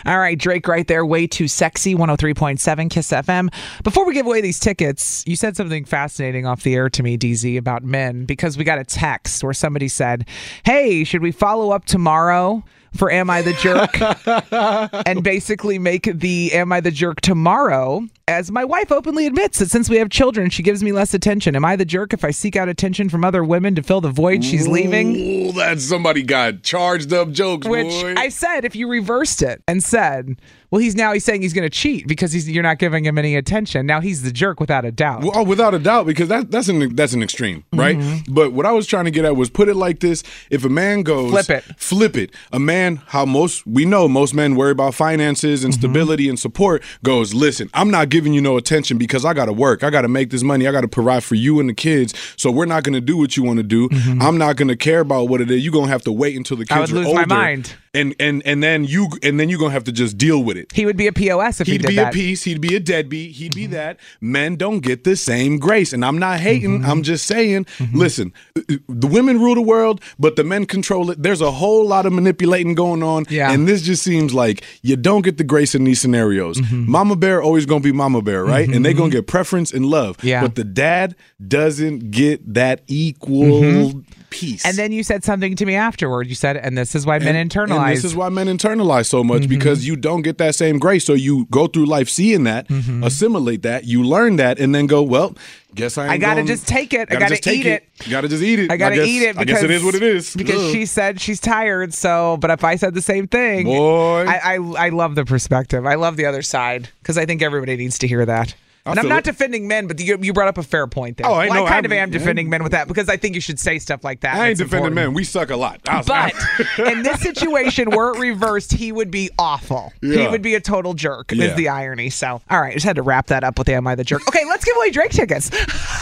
Speaker 2: All right, Drake right there, way too sexy, 103.7 Kiss FM. Before we give away these tickets, you said something fascinating off the air to me, DZ, about men, because we got a text where somebody said, Hey, should we follow up tomorrow for Am I the Jerk? and basically make the Am I the Jerk tomorrow, as my wife openly admits that since we have children, she gives me less attention. Am I the jerk if I seek out attention from other women to fill the void she's leaving?
Speaker 3: Ooh, that somebody got charged up jokes,
Speaker 2: Which
Speaker 3: boy.
Speaker 2: I said, if you reversed it and said, well, he's now he's saying he's going to cheat because he's you're not giving him any attention. Now he's the jerk without a doubt.
Speaker 3: Well, oh, without a doubt, because that, that's an that's an extreme, right?
Speaker 2: Mm-hmm.
Speaker 3: But what I was trying to get at was put it like this: if a man goes
Speaker 2: Flip it.
Speaker 3: flip it, a man, how most we know most men worry about finances
Speaker 2: Mm-hmm.
Speaker 3: and stability and support, goes, listen, I'm not giving you no attention because I got to work, I got to make this money, I got to provide for you and the kids. So we're not going to do what you want to do. I'm not going to care about what it is. You're gonna have to wait until the kids
Speaker 2: Mm-hmm. I would
Speaker 3: are
Speaker 2: lose my
Speaker 3: older,
Speaker 2: mind.
Speaker 3: and and and then you and then you're gonna have to just deal with it.
Speaker 2: He would be a POS if he
Speaker 3: He'd
Speaker 2: did
Speaker 3: be a
Speaker 2: that.
Speaker 3: piece. He'd be a deadbeat. He'd be that. Men don't get the same grace. And I'm not hating.
Speaker 2: Mm-hmm.
Speaker 3: I'm just saying, listen, uh, the women rule the world, but the men control it. There's a whole lot of manipulating going on. Yeah. And this just seems like you don't get the grace in these scenarios.
Speaker 2: Mm-hmm.
Speaker 3: Mama bear always going to be mama bear, right? And they're going to get preference and love.
Speaker 2: Yeah.
Speaker 3: But the dad doesn't get that equal
Speaker 2: Mhm.
Speaker 3: piece.
Speaker 2: And then you said something to me afterward. You said, and this is why men
Speaker 3: and
Speaker 2: internalize. Mm-hmm.
Speaker 3: this is why men internalize so much because you don't get that same grace. So you go through life seeing that,
Speaker 2: Mm-hmm.
Speaker 3: assimilate that, you learn that, and then go, well, guess I.
Speaker 2: I
Speaker 3: ain't
Speaker 2: gotta
Speaker 3: gon-
Speaker 2: just take it. I
Speaker 3: Gotta
Speaker 2: gotta
Speaker 3: just take
Speaker 2: eat
Speaker 3: Gotta just eat it.
Speaker 2: I gotta
Speaker 3: guess-
Speaker 2: eat it
Speaker 3: I
Speaker 2: because
Speaker 3: guess it is what it is.
Speaker 2: Because
Speaker 3: Ugh.
Speaker 2: she said she's tired. So, but if I said the same thing,
Speaker 3: Boy.
Speaker 2: I, I I love the perspective. I love the other side because I think everybody needs to hear that.
Speaker 3: I
Speaker 2: and I'm
Speaker 3: feel
Speaker 2: not
Speaker 3: it.
Speaker 2: defending men, but you, you brought up a fair point there.
Speaker 3: Oh, I
Speaker 2: Well,
Speaker 3: know,
Speaker 2: kind of
Speaker 3: I'm-
Speaker 2: am defending men with that because I think you should say stuff like that.
Speaker 3: I ain't
Speaker 2: It's
Speaker 3: defending
Speaker 2: important.
Speaker 3: men. We suck a lot. I was-
Speaker 2: But in this situation, were it reversed, he would be awful. He
Speaker 3: Yeah.
Speaker 2: would be a total jerk, is
Speaker 3: Yeah.
Speaker 2: the irony. So, all right, just had to wrap that up with Am I the Jerk? Okay, let's give away Drake tickets.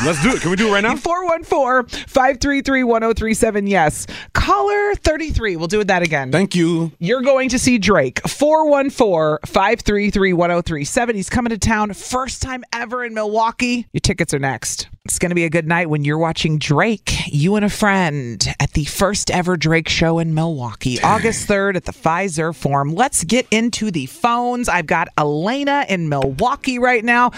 Speaker 3: let's do it. Can we do it right now?
Speaker 2: 414 533 1037. Yes. Caller 33. We'll do that again.
Speaker 3: Thank you.
Speaker 2: You're going to see Drake. 414 533 1037. He's coming to town. First time ever in Milwaukee. Your tickets are next. It's going to be a good night when you're watching Drake, you and a friend, at the first ever Drake show in Milwaukee, August 3rd at the Pfizer Forum. Let's get into the phones. I've got Elena in Milwaukee right now.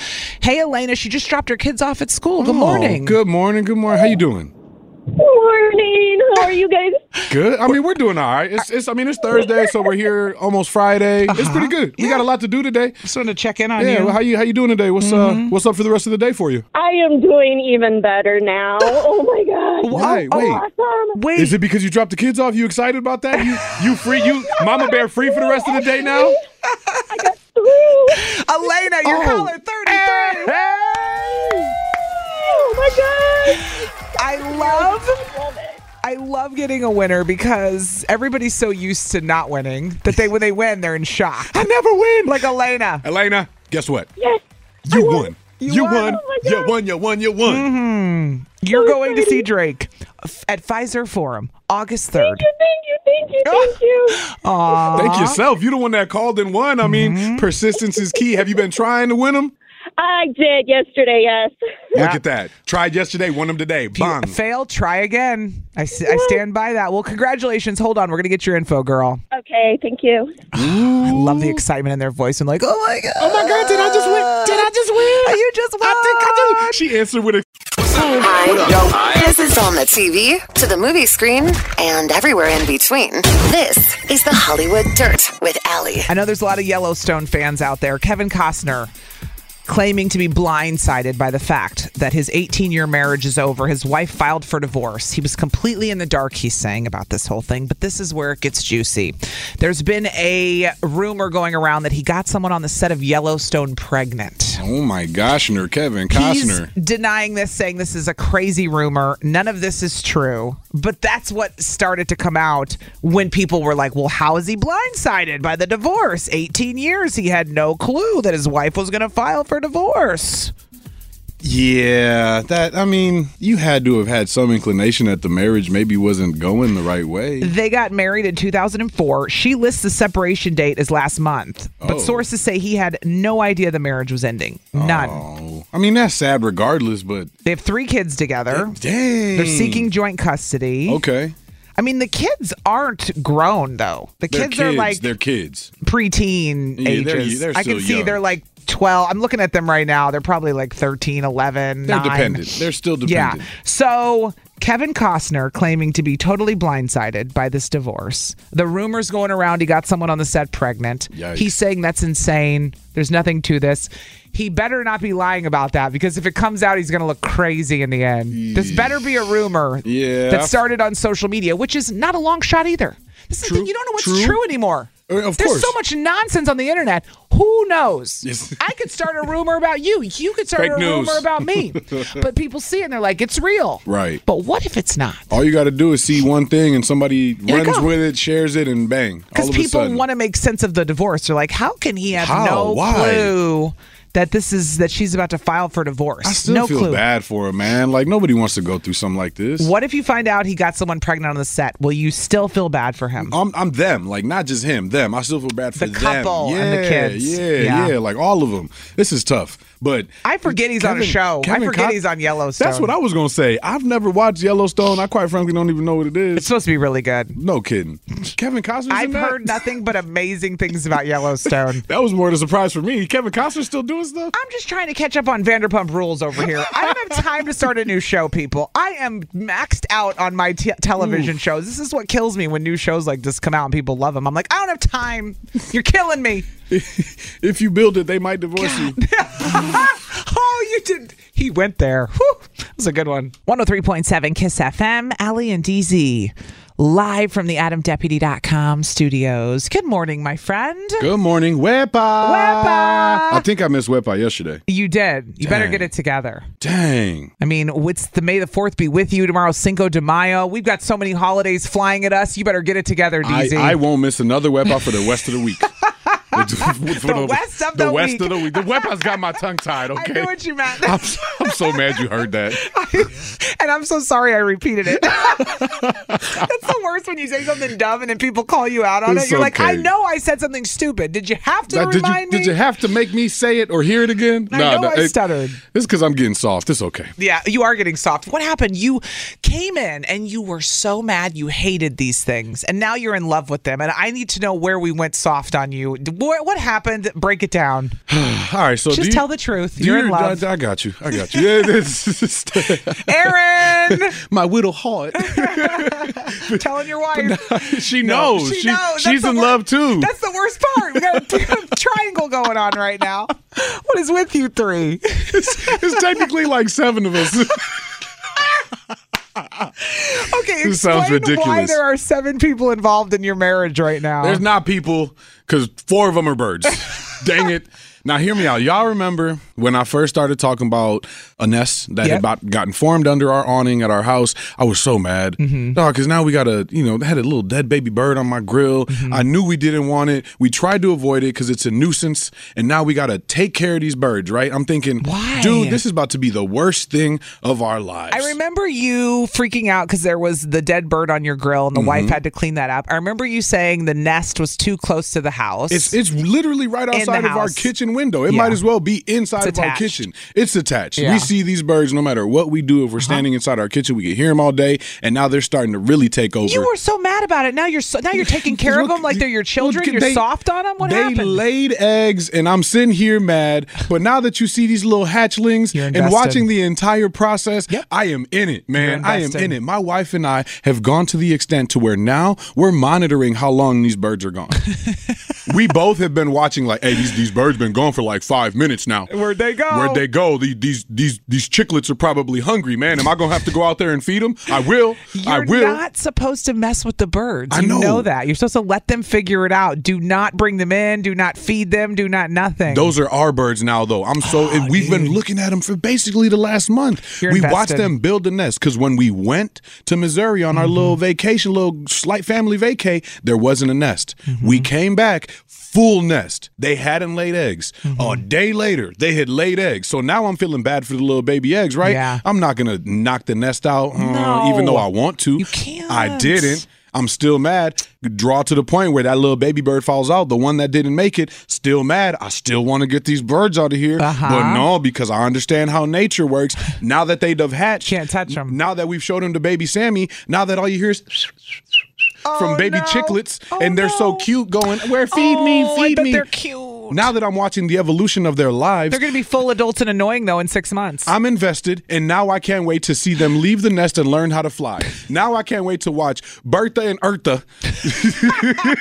Speaker 2: Hey, Elena, she just dropped her kids off at school. Good morning.
Speaker 3: Oh, good morning. Good morning. How you doing?
Speaker 13: Good morning. How are you guys?
Speaker 3: Good. I mean, we're doing all right. It's, it's I mean, it's Thursday, so we're here almost Friday. It's pretty good. We got a lot to do today.
Speaker 2: Uh-huh. Just wanted to check in on
Speaker 3: yeah,
Speaker 2: you. Mm-hmm.
Speaker 3: well, how you how you doing today? What's uh what's up for the rest of the day for you?
Speaker 13: I am doing even better now. Oh my god.
Speaker 3: Why?
Speaker 13: Oh,
Speaker 3: Wait.
Speaker 13: Awesome.
Speaker 2: Wait.
Speaker 3: Is it because you dropped the kids off? You excited about that? You you free you mama bear free for the rest of the day now?
Speaker 2: Elena, you're
Speaker 3: Oh.
Speaker 2: caller 33.
Speaker 3: Hey!
Speaker 13: Oh my god.
Speaker 2: I love I love getting a winner because everybody's so used to not winning that they when they win they're in shock. I never win. Like Elena.
Speaker 3: Elena, guess what? Yes. You won. You, won. Oh you won. You won. You won.
Speaker 2: Mhm. You're going to see Drake f- at Pfizer Forum August 3rd.
Speaker 3: Thank you. Thank
Speaker 10: you.
Speaker 2: Aw.
Speaker 3: Thank yourself. You're the one that called and won. I mean, persistence is key. Have you been trying to win them?
Speaker 10: I did yesterday, yes.
Speaker 3: Look at that. Tried yesterday, won them today. Bang.
Speaker 2: Fail, try again. I, s- I stand by that. Well, congratulations. Hold on. We're going to get your info, girl.
Speaker 10: Okay, thank you.
Speaker 2: I love the excitement in their voice and like, oh my God.
Speaker 3: Oh my God, did I just win? Did I just win?
Speaker 2: You just won.
Speaker 3: I think I do. She answered with a.
Speaker 1: Hi. This is on the TV, to the movie screen, and everywhere in between. This is the Hollywood Dirt with Allie.
Speaker 2: I know there's a lot of Yellowstone fans out there. Kevin Costner claiming to be blindsided by the fact that his 18 year marriage is over. His wife filed for divorce. He was completely in the dark, he's saying, about this whole thing. But this is where it gets juicy. There's been a rumor going around that he got someone on the set of Yellowstone pregnant.
Speaker 3: Oh my gosh, Ner Kevin Costner.
Speaker 2: He's denying this, saying this is a crazy rumor. None of this is true. But that's what started to come out when people were like, well, how is he blindsided by the divorce? 18 years. He had no clue that his wife was going to file for divorce.
Speaker 3: Yeah, that I mean, you had to have had some inclination that the marriage maybe wasn't going the right way.
Speaker 2: They got married in 2004. She lists the separation date as last month, but
Speaker 3: Oh.
Speaker 2: sources say he had no idea the marriage was ending. None.
Speaker 3: Oh. I mean, that's sad regardless, but
Speaker 2: They have three kids together.
Speaker 3: Dang.
Speaker 2: They're seeking joint custody.
Speaker 3: Okay.
Speaker 2: I mean, the kids aren't grown though. The
Speaker 3: they're
Speaker 2: kids, are like
Speaker 3: they're kids.
Speaker 2: preteen
Speaker 3: Yeah, they're-
Speaker 2: ages.
Speaker 3: they're
Speaker 2: I
Speaker 3: still
Speaker 2: can see
Speaker 3: young.
Speaker 2: they're like 12. I'm looking at them right now. They're probably like 13, 11,
Speaker 3: They're
Speaker 2: 9.
Speaker 3: dependent. They're still dependent.
Speaker 2: Yeah. So Kevin Costner claiming to be totally blindsided by this divorce. The rumors going around he got someone on the set pregnant.
Speaker 3: Yikes.
Speaker 2: He's saying that's insane. There's nothing to this. He better not be lying about that because if it comes out, he's going to look crazy in the end. This better be a rumor
Speaker 3: Yeah.
Speaker 2: that started on social media, which is not a long shot either. This is the thing, you don't know what's true, anymore.
Speaker 3: Uh, Of
Speaker 2: There's
Speaker 3: course.
Speaker 2: so much nonsense on the internet. Who knows? I could start a rumor about you. You could start
Speaker 3: Fake
Speaker 2: a
Speaker 3: news.
Speaker 2: rumor about me. but people see it and they're like, it's real.
Speaker 3: Right.
Speaker 2: But what if it's not?
Speaker 3: All you got to do is see one thing and somebody
Speaker 2: Here it
Speaker 3: runs
Speaker 2: go.
Speaker 3: with it, shares it, and bang. All
Speaker 2: Because
Speaker 3: of a
Speaker 2: people
Speaker 3: sudden.
Speaker 2: want to make sense of the divorce. They're like, how can he have
Speaker 3: How?
Speaker 2: no
Speaker 3: Why?
Speaker 2: clue that this is that she's about to file for divorce?
Speaker 3: I still
Speaker 2: no
Speaker 3: feel
Speaker 2: clue.
Speaker 3: bad for her, man. Like, nobody wants to go through something like this.
Speaker 2: What if you find out he got someone pregnant on the set? Will you still feel bad for him?
Speaker 3: I'm, I'm them, like not just him, them. I still feel bad for
Speaker 2: The couple
Speaker 3: them.
Speaker 2: and the kids.
Speaker 3: Yeah,
Speaker 2: Yeah.
Speaker 3: yeah, like all of them. This is tough, but
Speaker 2: I forget he's on a
Speaker 3: Kevin-
Speaker 2: show. I
Speaker 3: Kevin
Speaker 2: forget
Speaker 3: Cos-
Speaker 2: he's on Yellowstone.
Speaker 3: That's what I was gonna say. I've never watched Yellowstone. I quite frankly don't even know what it is. It's
Speaker 2: supposed to be really good.
Speaker 3: No kidding. Kevin Costner's
Speaker 2: I've
Speaker 3: in that?
Speaker 2: heard nothing but amazing things about Yellowstone.
Speaker 3: That was more of a surprise for me. Kevin Costner's still doing stuff.
Speaker 2: I'm just trying to catch up on Vanderpump Rules over here. I don't have time to start a new show, people. I am maxed out on my t- television shows. This is what kills me when new shows like this come out and people love them. I'm like, I don't have time. You're killing me.
Speaker 3: if you build it, they might divorce you.
Speaker 2: oh, you did. He went there. Whew. That was a good one. 103.7 Kiss FM, Allie and DZ, live from the AdamDeputy.com studios. Good morning, my friend.
Speaker 3: Good morning, Wepa. Wepa. I think I missed Wepa yesterday.
Speaker 2: You did. You better
Speaker 3: Dang.
Speaker 2: get it together.
Speaker 3: Dang.
Speaker 2: I mean, it's the May the Fourth be with you tomorrow, Cinco de Mayo. We've got so many holidays flying at us. You better get it together,
Speaker 3: I,
Speaker 2: DZ.
Speaker 3: I won't miss another Wepa for the rest of the week.
Speaker 4: the,
Speaker 2: west of
Speaker 4: the,
Speaker 2: the
Speaker 4: west
Speaker 2: week.
Speaker 4: of the week. The weapon's got my tongue tied. Okay.
Speaker 2: knew what you meant.
Speaker 4: I'm, so-
Speaker 3: I'm so mad you heard that.
Speaker 2: and I'm so sorry I repeated it. That's the worst when you say something dumb and then people call you out on
Speaker 3: It's
Speaker 2: it. You're like, I
Speaker 3: okay.
Speaker 2: know I said something stupid. Did you have to
Speaker 3: Now, did you
Speaker 2: remind me?
Speaker 3: did you have to make me say it or hear it again?
Speaker 2: I know I stuttered.
Speaker 3: It's because I'm getting soft. It's okay.
Speaker 2: yeah, you are getting soft. What happened? You came in and you were so mad you hated these things, and now you're in love with them. And I need to know where we went soft on you. What, what happened? Break it down.
Speaker 3: All right. So
Speaker 2: Just
Speaker 3: do you-
Speaker 2: tell the truth.
Speaker 3: do
Speaker 2: You're
Speaker 3: you-
Speaker 2: in love.
Speaker 3: I, I got you. I got you. Yeah, this is-
Speaker 2: Aaron,
Speaker 3: my little heart.
Speaker 2: telling your wife.
Speaker 3: she knows.
Speaker 2: She
Speaker 3: She,
Speaker 2: knows. That's
Speaker 3: She's
Speaker 2: the
Speaker 3: in
Speaker 2: wor-
Speaker 3: love too.
Speaker 2: That's the worst part. We got a triangle going on right now. What is with you three?
Speaker 3: it's, it's technically like seven of us.
Speaker 2: Okay, explain
Speaker 3: This sounds
Speaker 2: why
Speaker 3: ridiculous.
Speaker 2: there are seven people involved in your marriage right now.
Speaker 3: There's not people because four of them are birds. Dang it. Now, hear me out. Y'all remember when I first started talking about a nest that had about gotten formed under our awning at our house? I was so mad. No, because now we got a, you know, had a little dead baby bird on my grill. I knew we didn't want it. We tried to avoid it because it's a nuisance. And now we got to take care of these birds, right? I'm thinking, dude, this is about to be the worst thing of our lives.
Speaker 2: I remember you freaking out because there was the dead bird on your grill, and the
Speaker 3: Mm-hmm.
Speaker 2: wife had to clean that up. I remember you saying the nest was too close to the house.
Speaker 3: It's it's literally right
Speaker 2: In the
Speaker 3: outside of our
Speaker 2: house.
Speaker 3: kitchen window. It
Speaker 2: Yeah.
Speaker 3: might as well be inside
Speaker 2: It's
Speaker 3: of our
Speaker 2: attached.
Speaker 3: kitchen. It's attached.
Speaker 2: Yeah. Uh-huh.
Speaker 3: We see these birds no matter what we do. If we're standing inside our kitchen, we can hear them all day, and now they're starting to really take over.
Speaker 2: You were so mad about it. Now you're so, now you're taking care of them like they're your children. You're
Speaker 3: they-
Speaker 2: soft on them. What
Speaker 3: they
Speaker 2: happened?
Speaker 3: laid eggs, and I'm sitting here mad. But now that you see these little hatchlings and
Speaker 2: invested.
Speaker 3: watching the entire process, I am in it, man.
Speaker 2: You're
Speaker 3: I am
Speaker 2: invested.
Speaker 3: in it. My wife and I have gone to the extent to where now we're monitoring how long these birds are gone. we both have been watching like, hey, these, these birds been gone for like five minutes now.
Speaker 2: Where'd they go?
Speaker 3: Where'd they go? The- These these these chicklets are probably hungry, man. Am I gonna have to go out there and feed them? I will. I
Speaker 2: You're
Speaker 3: will.
Speaker 2: not supposed to mess with the birds.
Speaker 3: I
Speaker 2: You
Speaker 3: know.
Speaker 2: know that. You're supposed to let them figure it out. Do not bring them in. Do not feed them. Do not nothing.
Speaker 3: Those are our birds now, though. I'm so and we've been looking at them for basically the last month.
Speaker 2: Ah, You're
Speaker 3: we watched
Speaker 2: invested. Mm-hmm.
Speaker 3: them build the nest because when we went to Missouri on our little vacation, little slight family vacay, there wasn't a nest.
Speaker 2: Mm-hmm.
Speaker 3: We came back full nest. They hadn't laid eggs.
Speaker 2: Mm-hmm.
Speaker 3: A day later, they had laid eggs. So now I'm feeling bad for the little baby eggs, right?
Speaker 2: Yeah.
Speaker 3: I'm not gonna knock the nest out, uh, even though I want to. You can't. I didn't. I'm still mad. Draw to the point where that little baby bird falls out. The one that didn't make it, still mad. I still want to get these birds out of here.
Speaker 2: Uh-huh.
Speaker 3: But no, because I understand how nature works. Now that they've hatched, can't touch them. Now that we've showed them to baby Sammy, now that all you hear is
Speaker 2: Oh,
Speaker 3: from baby chicklets, and they're so cute going, where feed me,
Speaker 2: Oh, I
Speaker 3: feed
Speaker 2: bet
Speaker 3: me.
Speaker 2: they're cute.
Speaker 3: Now that I'm watching the evolution of their lives,
Speaker 2: They're going to be full adults and annoying though in six months.
Speaker 3: I'm invested, and now I can't wait to see them leave the nest and learn how to fly. Now I can't wait to watch Bertha and Ertha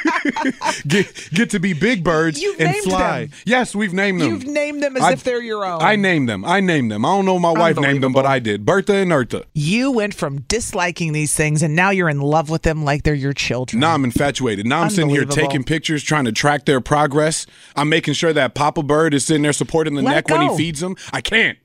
Speaker 3: get, get to be big birds
Speaker 2: You've
Speaker 3: and
Speaker 2: named
Speaker 3: fly.
Speaker 2: them.
Speaker 3: Yes, we've named them.
Speaker 2: You've named them as
Speaker 3: I-
Speaker 2: if they're your own.
Speaker 3: I named them. I named them. I don't know if my wife named them, but I did. Bertha and Ertha.
Speaker 2: you went from disliking these things and now you're in love with them like they're your children.
Speaker 3: Now I'm infatuated. Now I'm sitting here
Speaker 2: Unbelievable.
Speaker 3: taking pictures, trying to track their progress. I'm making sure that Papa Bird is sitting there supporting the
Speaker 2: Let
Speaker 3: neck
Speaker 2: it
Speaker 3: when he
Speaker 2: go.
Speaker 3: feeds them. I can't.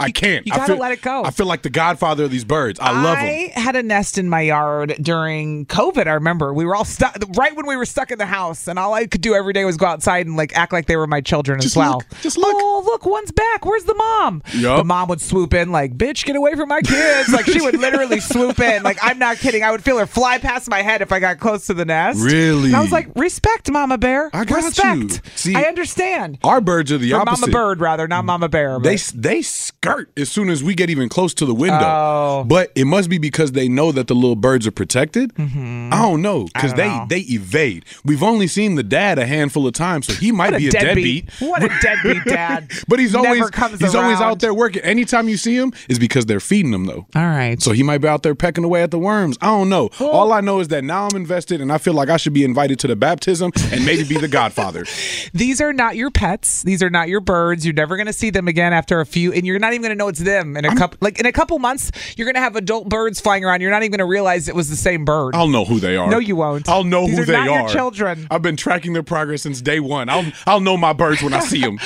Speaker 3: I can't.
Speaker 2: you
Speaker 3: I
Speaker 2: gotta
Speaker 3: feel-
Speaker 2: let it go.
Speaker 3: I feel like the godfather of these birds. I love them.
Speaker 2: I had a nest in my yard during COVID. I remember we were all stuck right when we were stuck in the house, and all I could do every day was go outside and like act like they were my children as well. just look. Oh, look, one's back. Where's the mom?
Speaker 3: Yup.
Speaker 2: The mom would swoop in like, "Bitch, get away from my kids!" Like she would literally swoop in. Like I'm not kidding. I would feel her fly past my head if I got close to the nest.
Speaker 3: Really?
Speaker 2: And I was like, "Respect, Mama Bear.
Speaker 3: I got you.
Speaker 2: Respect.
Speaker 3: See-
Speaker 2: I understand."
Speaker 3: Our birds are the
Speaker 2: Or
Speaker 3: opposite.
Speaker 2: Mama Bird, rather, not Mama Bear. but-
Speaker 3: They they skirt as soon as we get even close to the window.
Speaker 2: Oh.
Speaker 3: But it must be because they know that the little birds are protected. I don't know because
Speaker 2: Mm-hmm. I don't
Speaker 3: they
Speaker 2: know.
Speaker 3: they evade. We've only seen the dad a handful of times, so he might
Speaker 2: What a
Speaker 3: be a
Speaker 2: deadbeat.
Speaker 3: deadbeat.
Speaker 2: What a deadbeat dad.
Speaker 3: but he's
Speaker 2: Never
Speaker 3: always
Speaker 2: comes
Speaker 3: he's always
Speaker 2: around.
Speaker 3: out there working. Anytime you see him is because they're feeding him though.
Speaker 2: All right.
Speaker 3: So he might be out there pecking away at the worms. I don't know. All I know is that now I'm invested and I feel like I should be invited to the baptism and maybe be the godfather.
Speaker 2: These are not your pets. These are not your birds. You're never going to see them again after a few, and you're not even going to know it's them in a couple. Like in a couple months, you're going to have adult birds flying around. You're not even going to realize it was the same bird.
Speaker 3: I'll know who they are.
Speaker 2: No, you won't.
Speaker 3: I'll know
Speaker 2: These
Speaker 3: who
Speaker 2: are
Speaker 3: they
Speaker 2: not
Speaker 3: are.
Speaker 2: your children.
Speaker 3: I've been tracking their progress since day one. I'll I'll know my birds when I see them.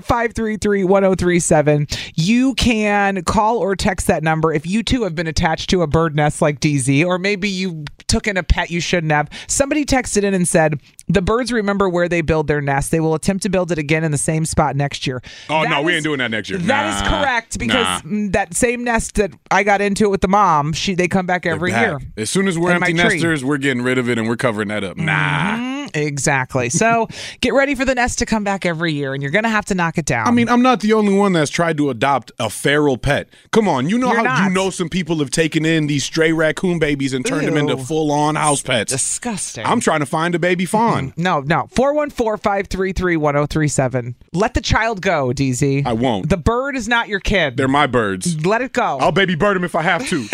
Speaker 2: 414-533-1037. You can call or text that number if you too have been attached to a bird nest like DZ, or maybe you took in a pet you shouldn't have. Somebody texted in and said, the birds remember where they build their nest. They will attempt to build it again in the same spot next year.
Speaker 3: Oh no,
Speaker 2: That
Speaker 3: we
Speaker 2: is-
Speaker 3: ain't doing that next year.
Speaker 2: That is
Speaker 3: Nah.
Speaker 2: correct
Speaker 3: Nah.
Speaker 2: because mm, that same nest that I got into with the mom, she they come back every
Speaker 3: Back.
Speaker 2: year.
Speaker 3: As soon as we're
Speaker 2: In my
Speaker 3: empty
Speaker 2: tree.
Speaker 3: nesters, we're getting rid of it and we're covering that up. Nah.
Speaker 2: Mm, Exactly. So get ready for the nest to come back every year, and you're gonna have to knock it down.
Speaker 3: I mean, I'm not the only one that's tried to adopt a feral pet. Come on, you know
Speaker 2: You're
Speaker 3: how you
Speaker 2: not.
Speaker 3: know some people have taken in these stray raccoon babies and turned them into
Speaker 2: Ew.
Speaker 3: full-on house pets.
Speaker 2: Disgusting.
Speaker 3: I'm trying to find a baby fawn.
Speaker 2: no, no. 414-533-1037. Let the child go, DZ. I
Speaker 3: won't.
Speaker 2: The bird is not your kid. They're
Speaker 3: my birds.
Speaker 2: Let it go. I'll
Speaker 3: baby bird him if I have to.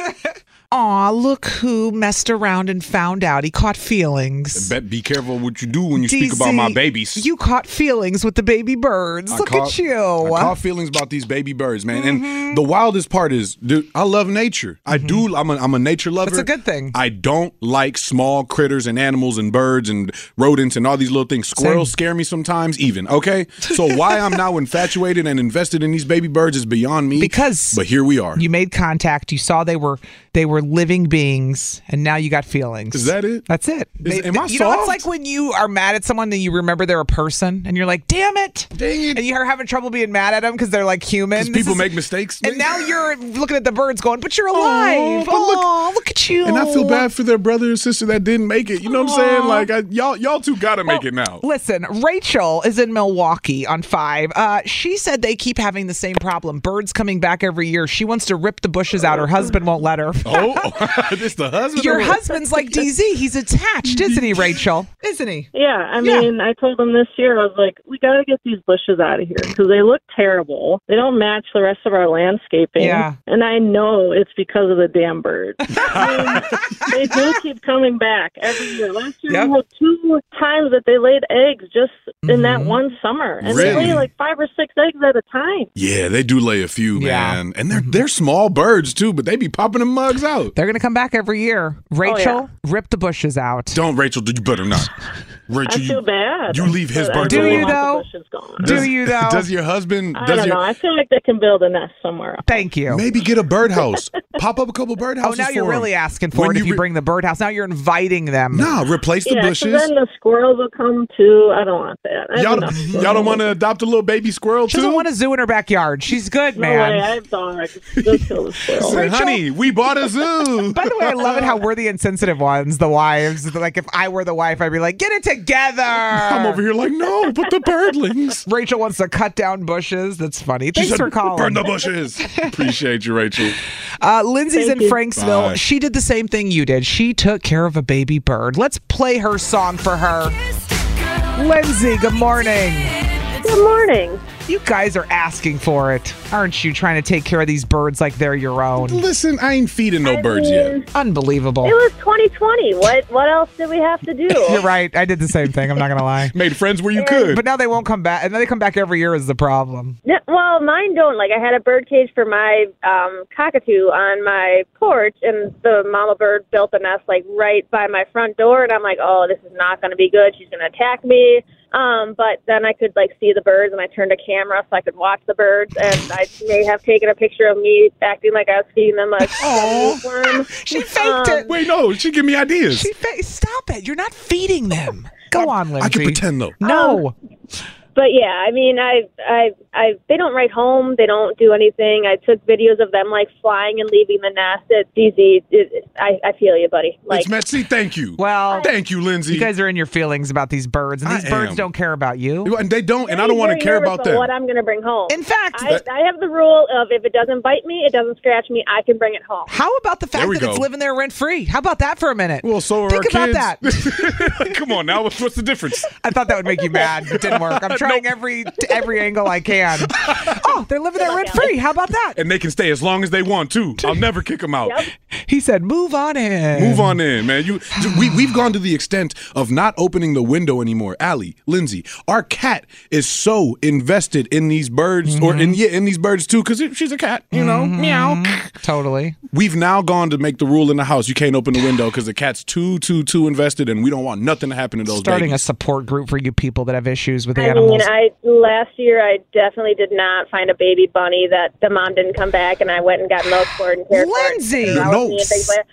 Speaker 2: Aw, look who messed around and found out. He caught feelings.
Speaker 3: Be, be careful what you do when you speak
Speaker 2: DZ,
Speaker 3: about my babies.
Speaker 2: You caught feelings with the baby birds.
Speaker 3: I
Speaker 2: Look
Speaker 3: caught-
Speaker 2: at you. Mm-hmm.
Speaker 3: I caught feelings about these baby birds, man. And the wildest part is, dude, I love nature. I do. I'm a, I'm a nature lover.
Speaker 2: That's a good thing.
Speaker 3: I don't like small critters and animals and birds and rodents and all these little things. Squirrels scare me sometimes, even. Okay, so why I'm now infatuated and invested in these baby birds is beyond me.
Speaker 2: Because
Speaker 3: but here we are.
Speaker 2: You made contact. You saw they were they were living beings, and now you got feelings. Is
Speaker 3: that it?
Speaker 2: That's it.
Speaker 3: Is-
Speaker 2: They-
Speaker 3: am I
Speaker 2: you know, it's
Speaker 3: soft?
Speaker 2: like when you are mad at someone that you remember they're a person, and you're like, "Damn it!" And you're having trouble being mad at them because they're like human. This
Speaker 3: people
Speaker 2: is-
Speaker 3: make mistakes,
Speaker 2: And now you're looking at the birds, going, "But you're alive."
Speaker 3: but look-
Speaker 2: Aw, look, at you.
Speaker 3: And I feel bad for their brother and sister that didn't make it. You know what I'm saying? Like I, y'all, y'all two gotta make it now.
Speaker 2: Listen, Rachel is in Milwaukee on five. Uh, she said they keep having the same problem. Birds coming back every year. She wants to rip the bushes out. Her husband won't let her.
Speaker 3: Oh, this the husband.
Speaker 2: Your husband's like DZ. He's attached, isn't he, Rachel? Isn't he?
Speaker 15: Yeah, I mean, I told them this year, I was like, we got to get these bushes out of here because they look terrible. They don't match the rest of our landscaping.
Speaker 17: Yeah.
Speaker 15: And I know it's because of the damn birds. I mean, they do keep coming back every year. Last year,
Speaker 17: Yep.
Speaker 15: we had two times that they laid eggs just in that
Speaker 2: Mm-hmm.
Speaker 15: one summer. And they
Speaker 3: Really?
Speaker 15: lay like five or six eggs at a time.
Speaker 3: Yeah, they do lay a few, man. And they're they're small birds too, but they be popping them mugs out.
Speaker 2: Mm-hmm. They're gonna come back every
Speaker 15: Oh,
Speaker 2: year. Rachel, rip the bushes out.
Speaker 3: Don't Rachel, you better not. Rachel,
Speaker 15: I feel
Speaker 3: you,
Speaker 15: bad.
Speaker 3: you leave his
Speaker 15: but I
Speaker 3: birds
Speaker 15: really
Speaker 3: alone.
Speaker 15: want the bushes gone.
Speaker 3: Does- Does your husband?
Speaker 15: I
Speaker 3: does
Speaker 15: don't
Speaker 3: your,
Speaker 15: know. I feel like they can build a nest somewhere else.
Speaker 2: Thank you.
Speaker 3: Maybe get a birdhouse. Pop up a couple birdhouses.
Speaker 2: Oh, now you're
Speaker 3: for 'em.
Speaker 2: really asking for
Speaker 3: When
Speaker 2: it
Speaker 3: you
Speaker 2: if you
Speaker 3: re-
Speaker 2: bring the birdhouse. Now you're inviting them.
Speaker 3: Nah, replace
Speaker 15: yeah, 'cause then the squirrels will come too. I don't want that. I
Speaker 3: Y'all,
Speaker 15: don't,
Speaker 3: y'all don't want to adopt a little baby squirrel
Speaker 2: She
Speaker 3: too?
Speaker 2: doesn't want a zoo in her backyard. She's good,
Speaker 15: No
Speaker 2: man.
Speaker 15: way. I'm sorry. Just kill the squirrel.
Speaker 3: Say, honey, we bought a zoo.
Speaker 2: By the way, I love it how we're the insensitive ones, the wives. Like if I were the wife, I'd be like, "Get it together." I'm
Speaker 3: over here like, "No, but the birdlings."
Speaker 2: Rachel wants to cut down bushes. That's funny. Thanks
Speaker 3: said,
Speaker 2: for calling.
Speaker 3: Burn the bushes. Appreciate you, Rachel.
Speaker 2: Uh, Lindsay's
Speaker 3: Thank
Speaker 2: in
Speaker 3: you.
Speaker 2: Franksville.
Speaker 3: Bye.
Speaker 2: She did the same thing you did. She took care of a baby bird. Let's play her song for her. Lindsay, good morning.
Speaker 15: Good morning.
Speaker 2: You guys are asking for it, aren't you? Trying to take care of these birds like they're your own.
Speaker 3: Listen, I ain't feeding no birds
Speaker 2: yet. Unbelievable.
Speaker 17: It was 2020. What what else did we have to do?
Speaker 2: You're right. I did the same thing. I'm not gonna lie.
Speaker 3: Made friends where you
Speaker 2: could. But now they won't come back. And now they come back every year is the problem.
Speaker 17: No, well, mine don't. Like I had a bird cage for my um, cockatoo on my porch, and the mama bird built a nest like right by my front door, and I'm like, oh, this is not going to be good. She's going to attack me. Um, but then I could like see the birds, and I turned a camera so I could watch the birds, and I may have taken a picture of me acting like I was feeding them a worm.
Speaker 2: She faked it.
Speaker 3: Wait, no, she give me ideas.
Speaker 2: She fa- stop it. You're not feeding them. Go on, Lindsay.
Speaker 3: I can pretend though.
Speaker 2: No.
Speaker 17: But yeah, I mean, I, I, I, they don't write home. They don't do anything. I took videos of them like flying and leaving the nest. It's easy. It, I, I feel you, buddy. Like,
Speaker 3: it's Matt. See, thank you.
Speaker 2: Well,
Speaker 3: thank you, Lindsay.
Speaker 2: You guys are in your feelings about these birds, and these
Speaker 3: I
Speaker 2: birds
Speaker 3: am.
Speaker 2: don't care about you.
Speaker 3: and they don't, and I
Speaker 17: I'm
Speaker 3: don't want to
Speaker 17: very
Speaker 3: care
Speaker 17: nervous
Speaker 3: about them.
Speaker 17: What I'm going to bring home. In
Speaker 2: fact,
Speaker 17: I, I have the rule of if it doesn't bite me, it doesn't scratch me. I can bring it home.
Speaker 2: How about the fact
Speaker 3: we
Speaker 2: that it's
Speaker 3: go.
Speaker 2: living there rent free? How about that for a minute? Well,
Speaker 3: so are
Speaker 2: think
Speaker 3: our
Speaker 2: about that.
Speaker 3: Come on now, what's, what's the difference?
Speaker 2: I thought that would make you mad. It didn't work. I'm trying every every angle I can. Oh, they're living there rent free. How about that?
Speaker 3: And they can stay as long as they want too. I'll never kick them out.
Speaker 2: He said, "Move on in."
Speaker 3: Move on in, man. You, we, we've gone to the extent of not opening the window anymore. Allie, Lindsay, our cat is so invested in these birds, or
Speaker 2: Mm-hmm.
Speaker 3: in yeah, in these birds too, because she's a cat. You know, meow.
Speaker 2: Totally.
Speaker 3: We've now gone to make the rule in the house: you can't open the window because the cat's too, too, too invested, and we don't want nothing to happen to those
Speaker 2: Starting
Speaker 3: babies.
Speaker 2: a support group for you people that have issues with
Speaker 17: I
Speaker 2: animals.
Speaker 17: mean, I last year I definitely did not find a baby bunny that the mom didn't come back, and I went and got milk for it and cared
Speaker 2: Lindsay!
Speaker 17: for it.
Speaker 2: No,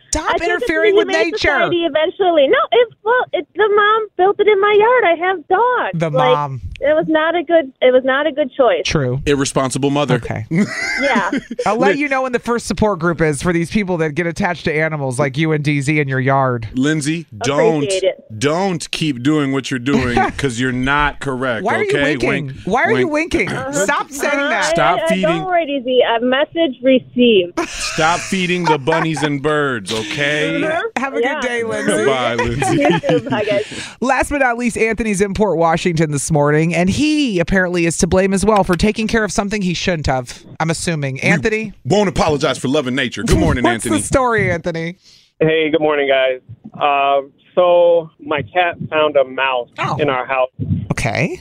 Speaker 17: stop
Speaker 2: interfering with nature.
Speaker 17: Society eventually, no, it well, it, the mom built it in my yard. I have dogs.
Speaker 3: The
Speaker 17: Like,
Speaker 3: mom.
Speaker 17: It was not a good. It was not a good choice.
Speaker 2: True.
Speaker 3: Irresponsible mother.
Speaker 2: Okay.
Speaker 17: Yeah.
Speaker 2: I'll let you know when the first support group is for these people that get attached to animals like you and DZ in your yard.
Speaker 3: Lindsay, don't
Speaker 2: Appreciate
Speaker 3: don't keep doing what you're doing because you're not correct.
Speaker 2: Why are you
Speaker 3: okay?
Speaker 2: winking?
Speaker 3: Wink,
Speaker 2: Why are you
Speaker 3: wink.
Speaker 2: winking? Stop saying that.
Speaker 3: Stop
Speaker 17: Uh-huh. I- I-
Speaker 3: feeding.
Speaker 17: Don't worry, DZ. A message received.
Speaker 3: Stop feeding the bunnies and birds, okay?
Speaker 2: Have a good day, Lindsay.
Speaker 3: Bye, Lindsay.
Speaker 17: Bye, guys.
Speaker 2: Last but not least, Anthony's in Port Washington this morning. something, and he apparently is to blame as well for taking care of something he shouldn't have. I'm assuming. Anthony,
Speaker 3: Won't apologize for loving nature. Good morning,
Speaker 2: what's
Speaker 3: Anthony.
Speaker 2: the story, Anthony?
Speaker 18: Hey, good morning, guys. Uh, so my cat found a mouse in our house,
Speaker 2: Oh. Okay.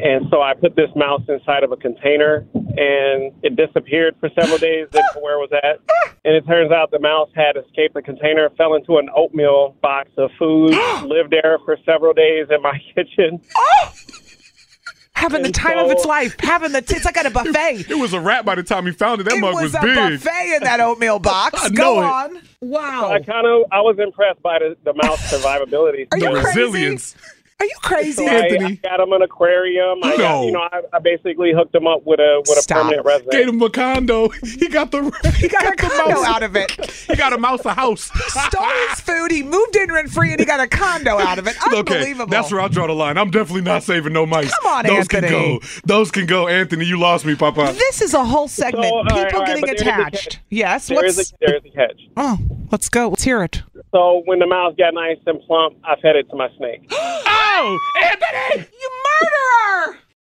Speaker 18: and so I put this mouse inside of a container, and it disappeared for several days. Didn't know where it was at, and it turns out the mouse had escaped the container, fell into an oatmeal box of food, lived there for several days in my kitchen.
Speaker 2: Having the time of its life. Having the it's like at a buffet.
Speaker 4: It was a wrap by the time he found it. That
Speaker 2: It
Speaker 4: mug
Speaker 2: was
Speaker 4: was,
Speaker 2: a
Speaker 4: big.
Speaker 2: buffet in that oatmeal box.
Speaker 4: I
Speaker 2: Go
Speaker 4: know it.
Speaker 2: on. Wow.
Speaker 18: I kind of I was impressed by the, the mouse survivability.
Speaker 4: the resilience.
Speaker 2: Are you crazy,
Speaker 18: So I, I
Speaker 4: Anthony?
Speaker 18: got him an aquarium. I got,
Speaker 4: No.
Speaker 18: you know, I, I basically hooked him up with a with a permanent resident.
Speaker 4: Gave him a condo. He got the he
Speaker 2: got, a condo out of it.
Speaker 4: He got a mouse a house.
Speaker 2: Stole his food. He moved in rent free, and he got a condo out of it.
Speaker 4: Okay,
Speaker 2: Unbelievable.
Speaker 4: that's where I draw the line. I'm definitely not saving no mice.
Speaker 2: Come on,
Speaker 4: Those
Speaker 2: Anthony.
Speaker 4: can go. Those can go, Anthony. You lost me, Papa.
Speaker 2: This is a whole segment.
Speaker 18: So, all right,
Speaker 2: People
Speaker 18: all right,
Speaker 2: getting
Speaker 18: but there is a
Speaker 2: attached.
Speaker 18: catch.
Speaker 2: Yes.
Speaker 18: There
Speaker 2: what's
Speaker 18: is a, there is a catch.
Speaker 2: Oh, let's go. Let's hear it.
Speaker 18: So when the mouse got nice and plump, I fed it to my snake.
Speaker 4: oh, Anthony!
Speaker 2: You murderer!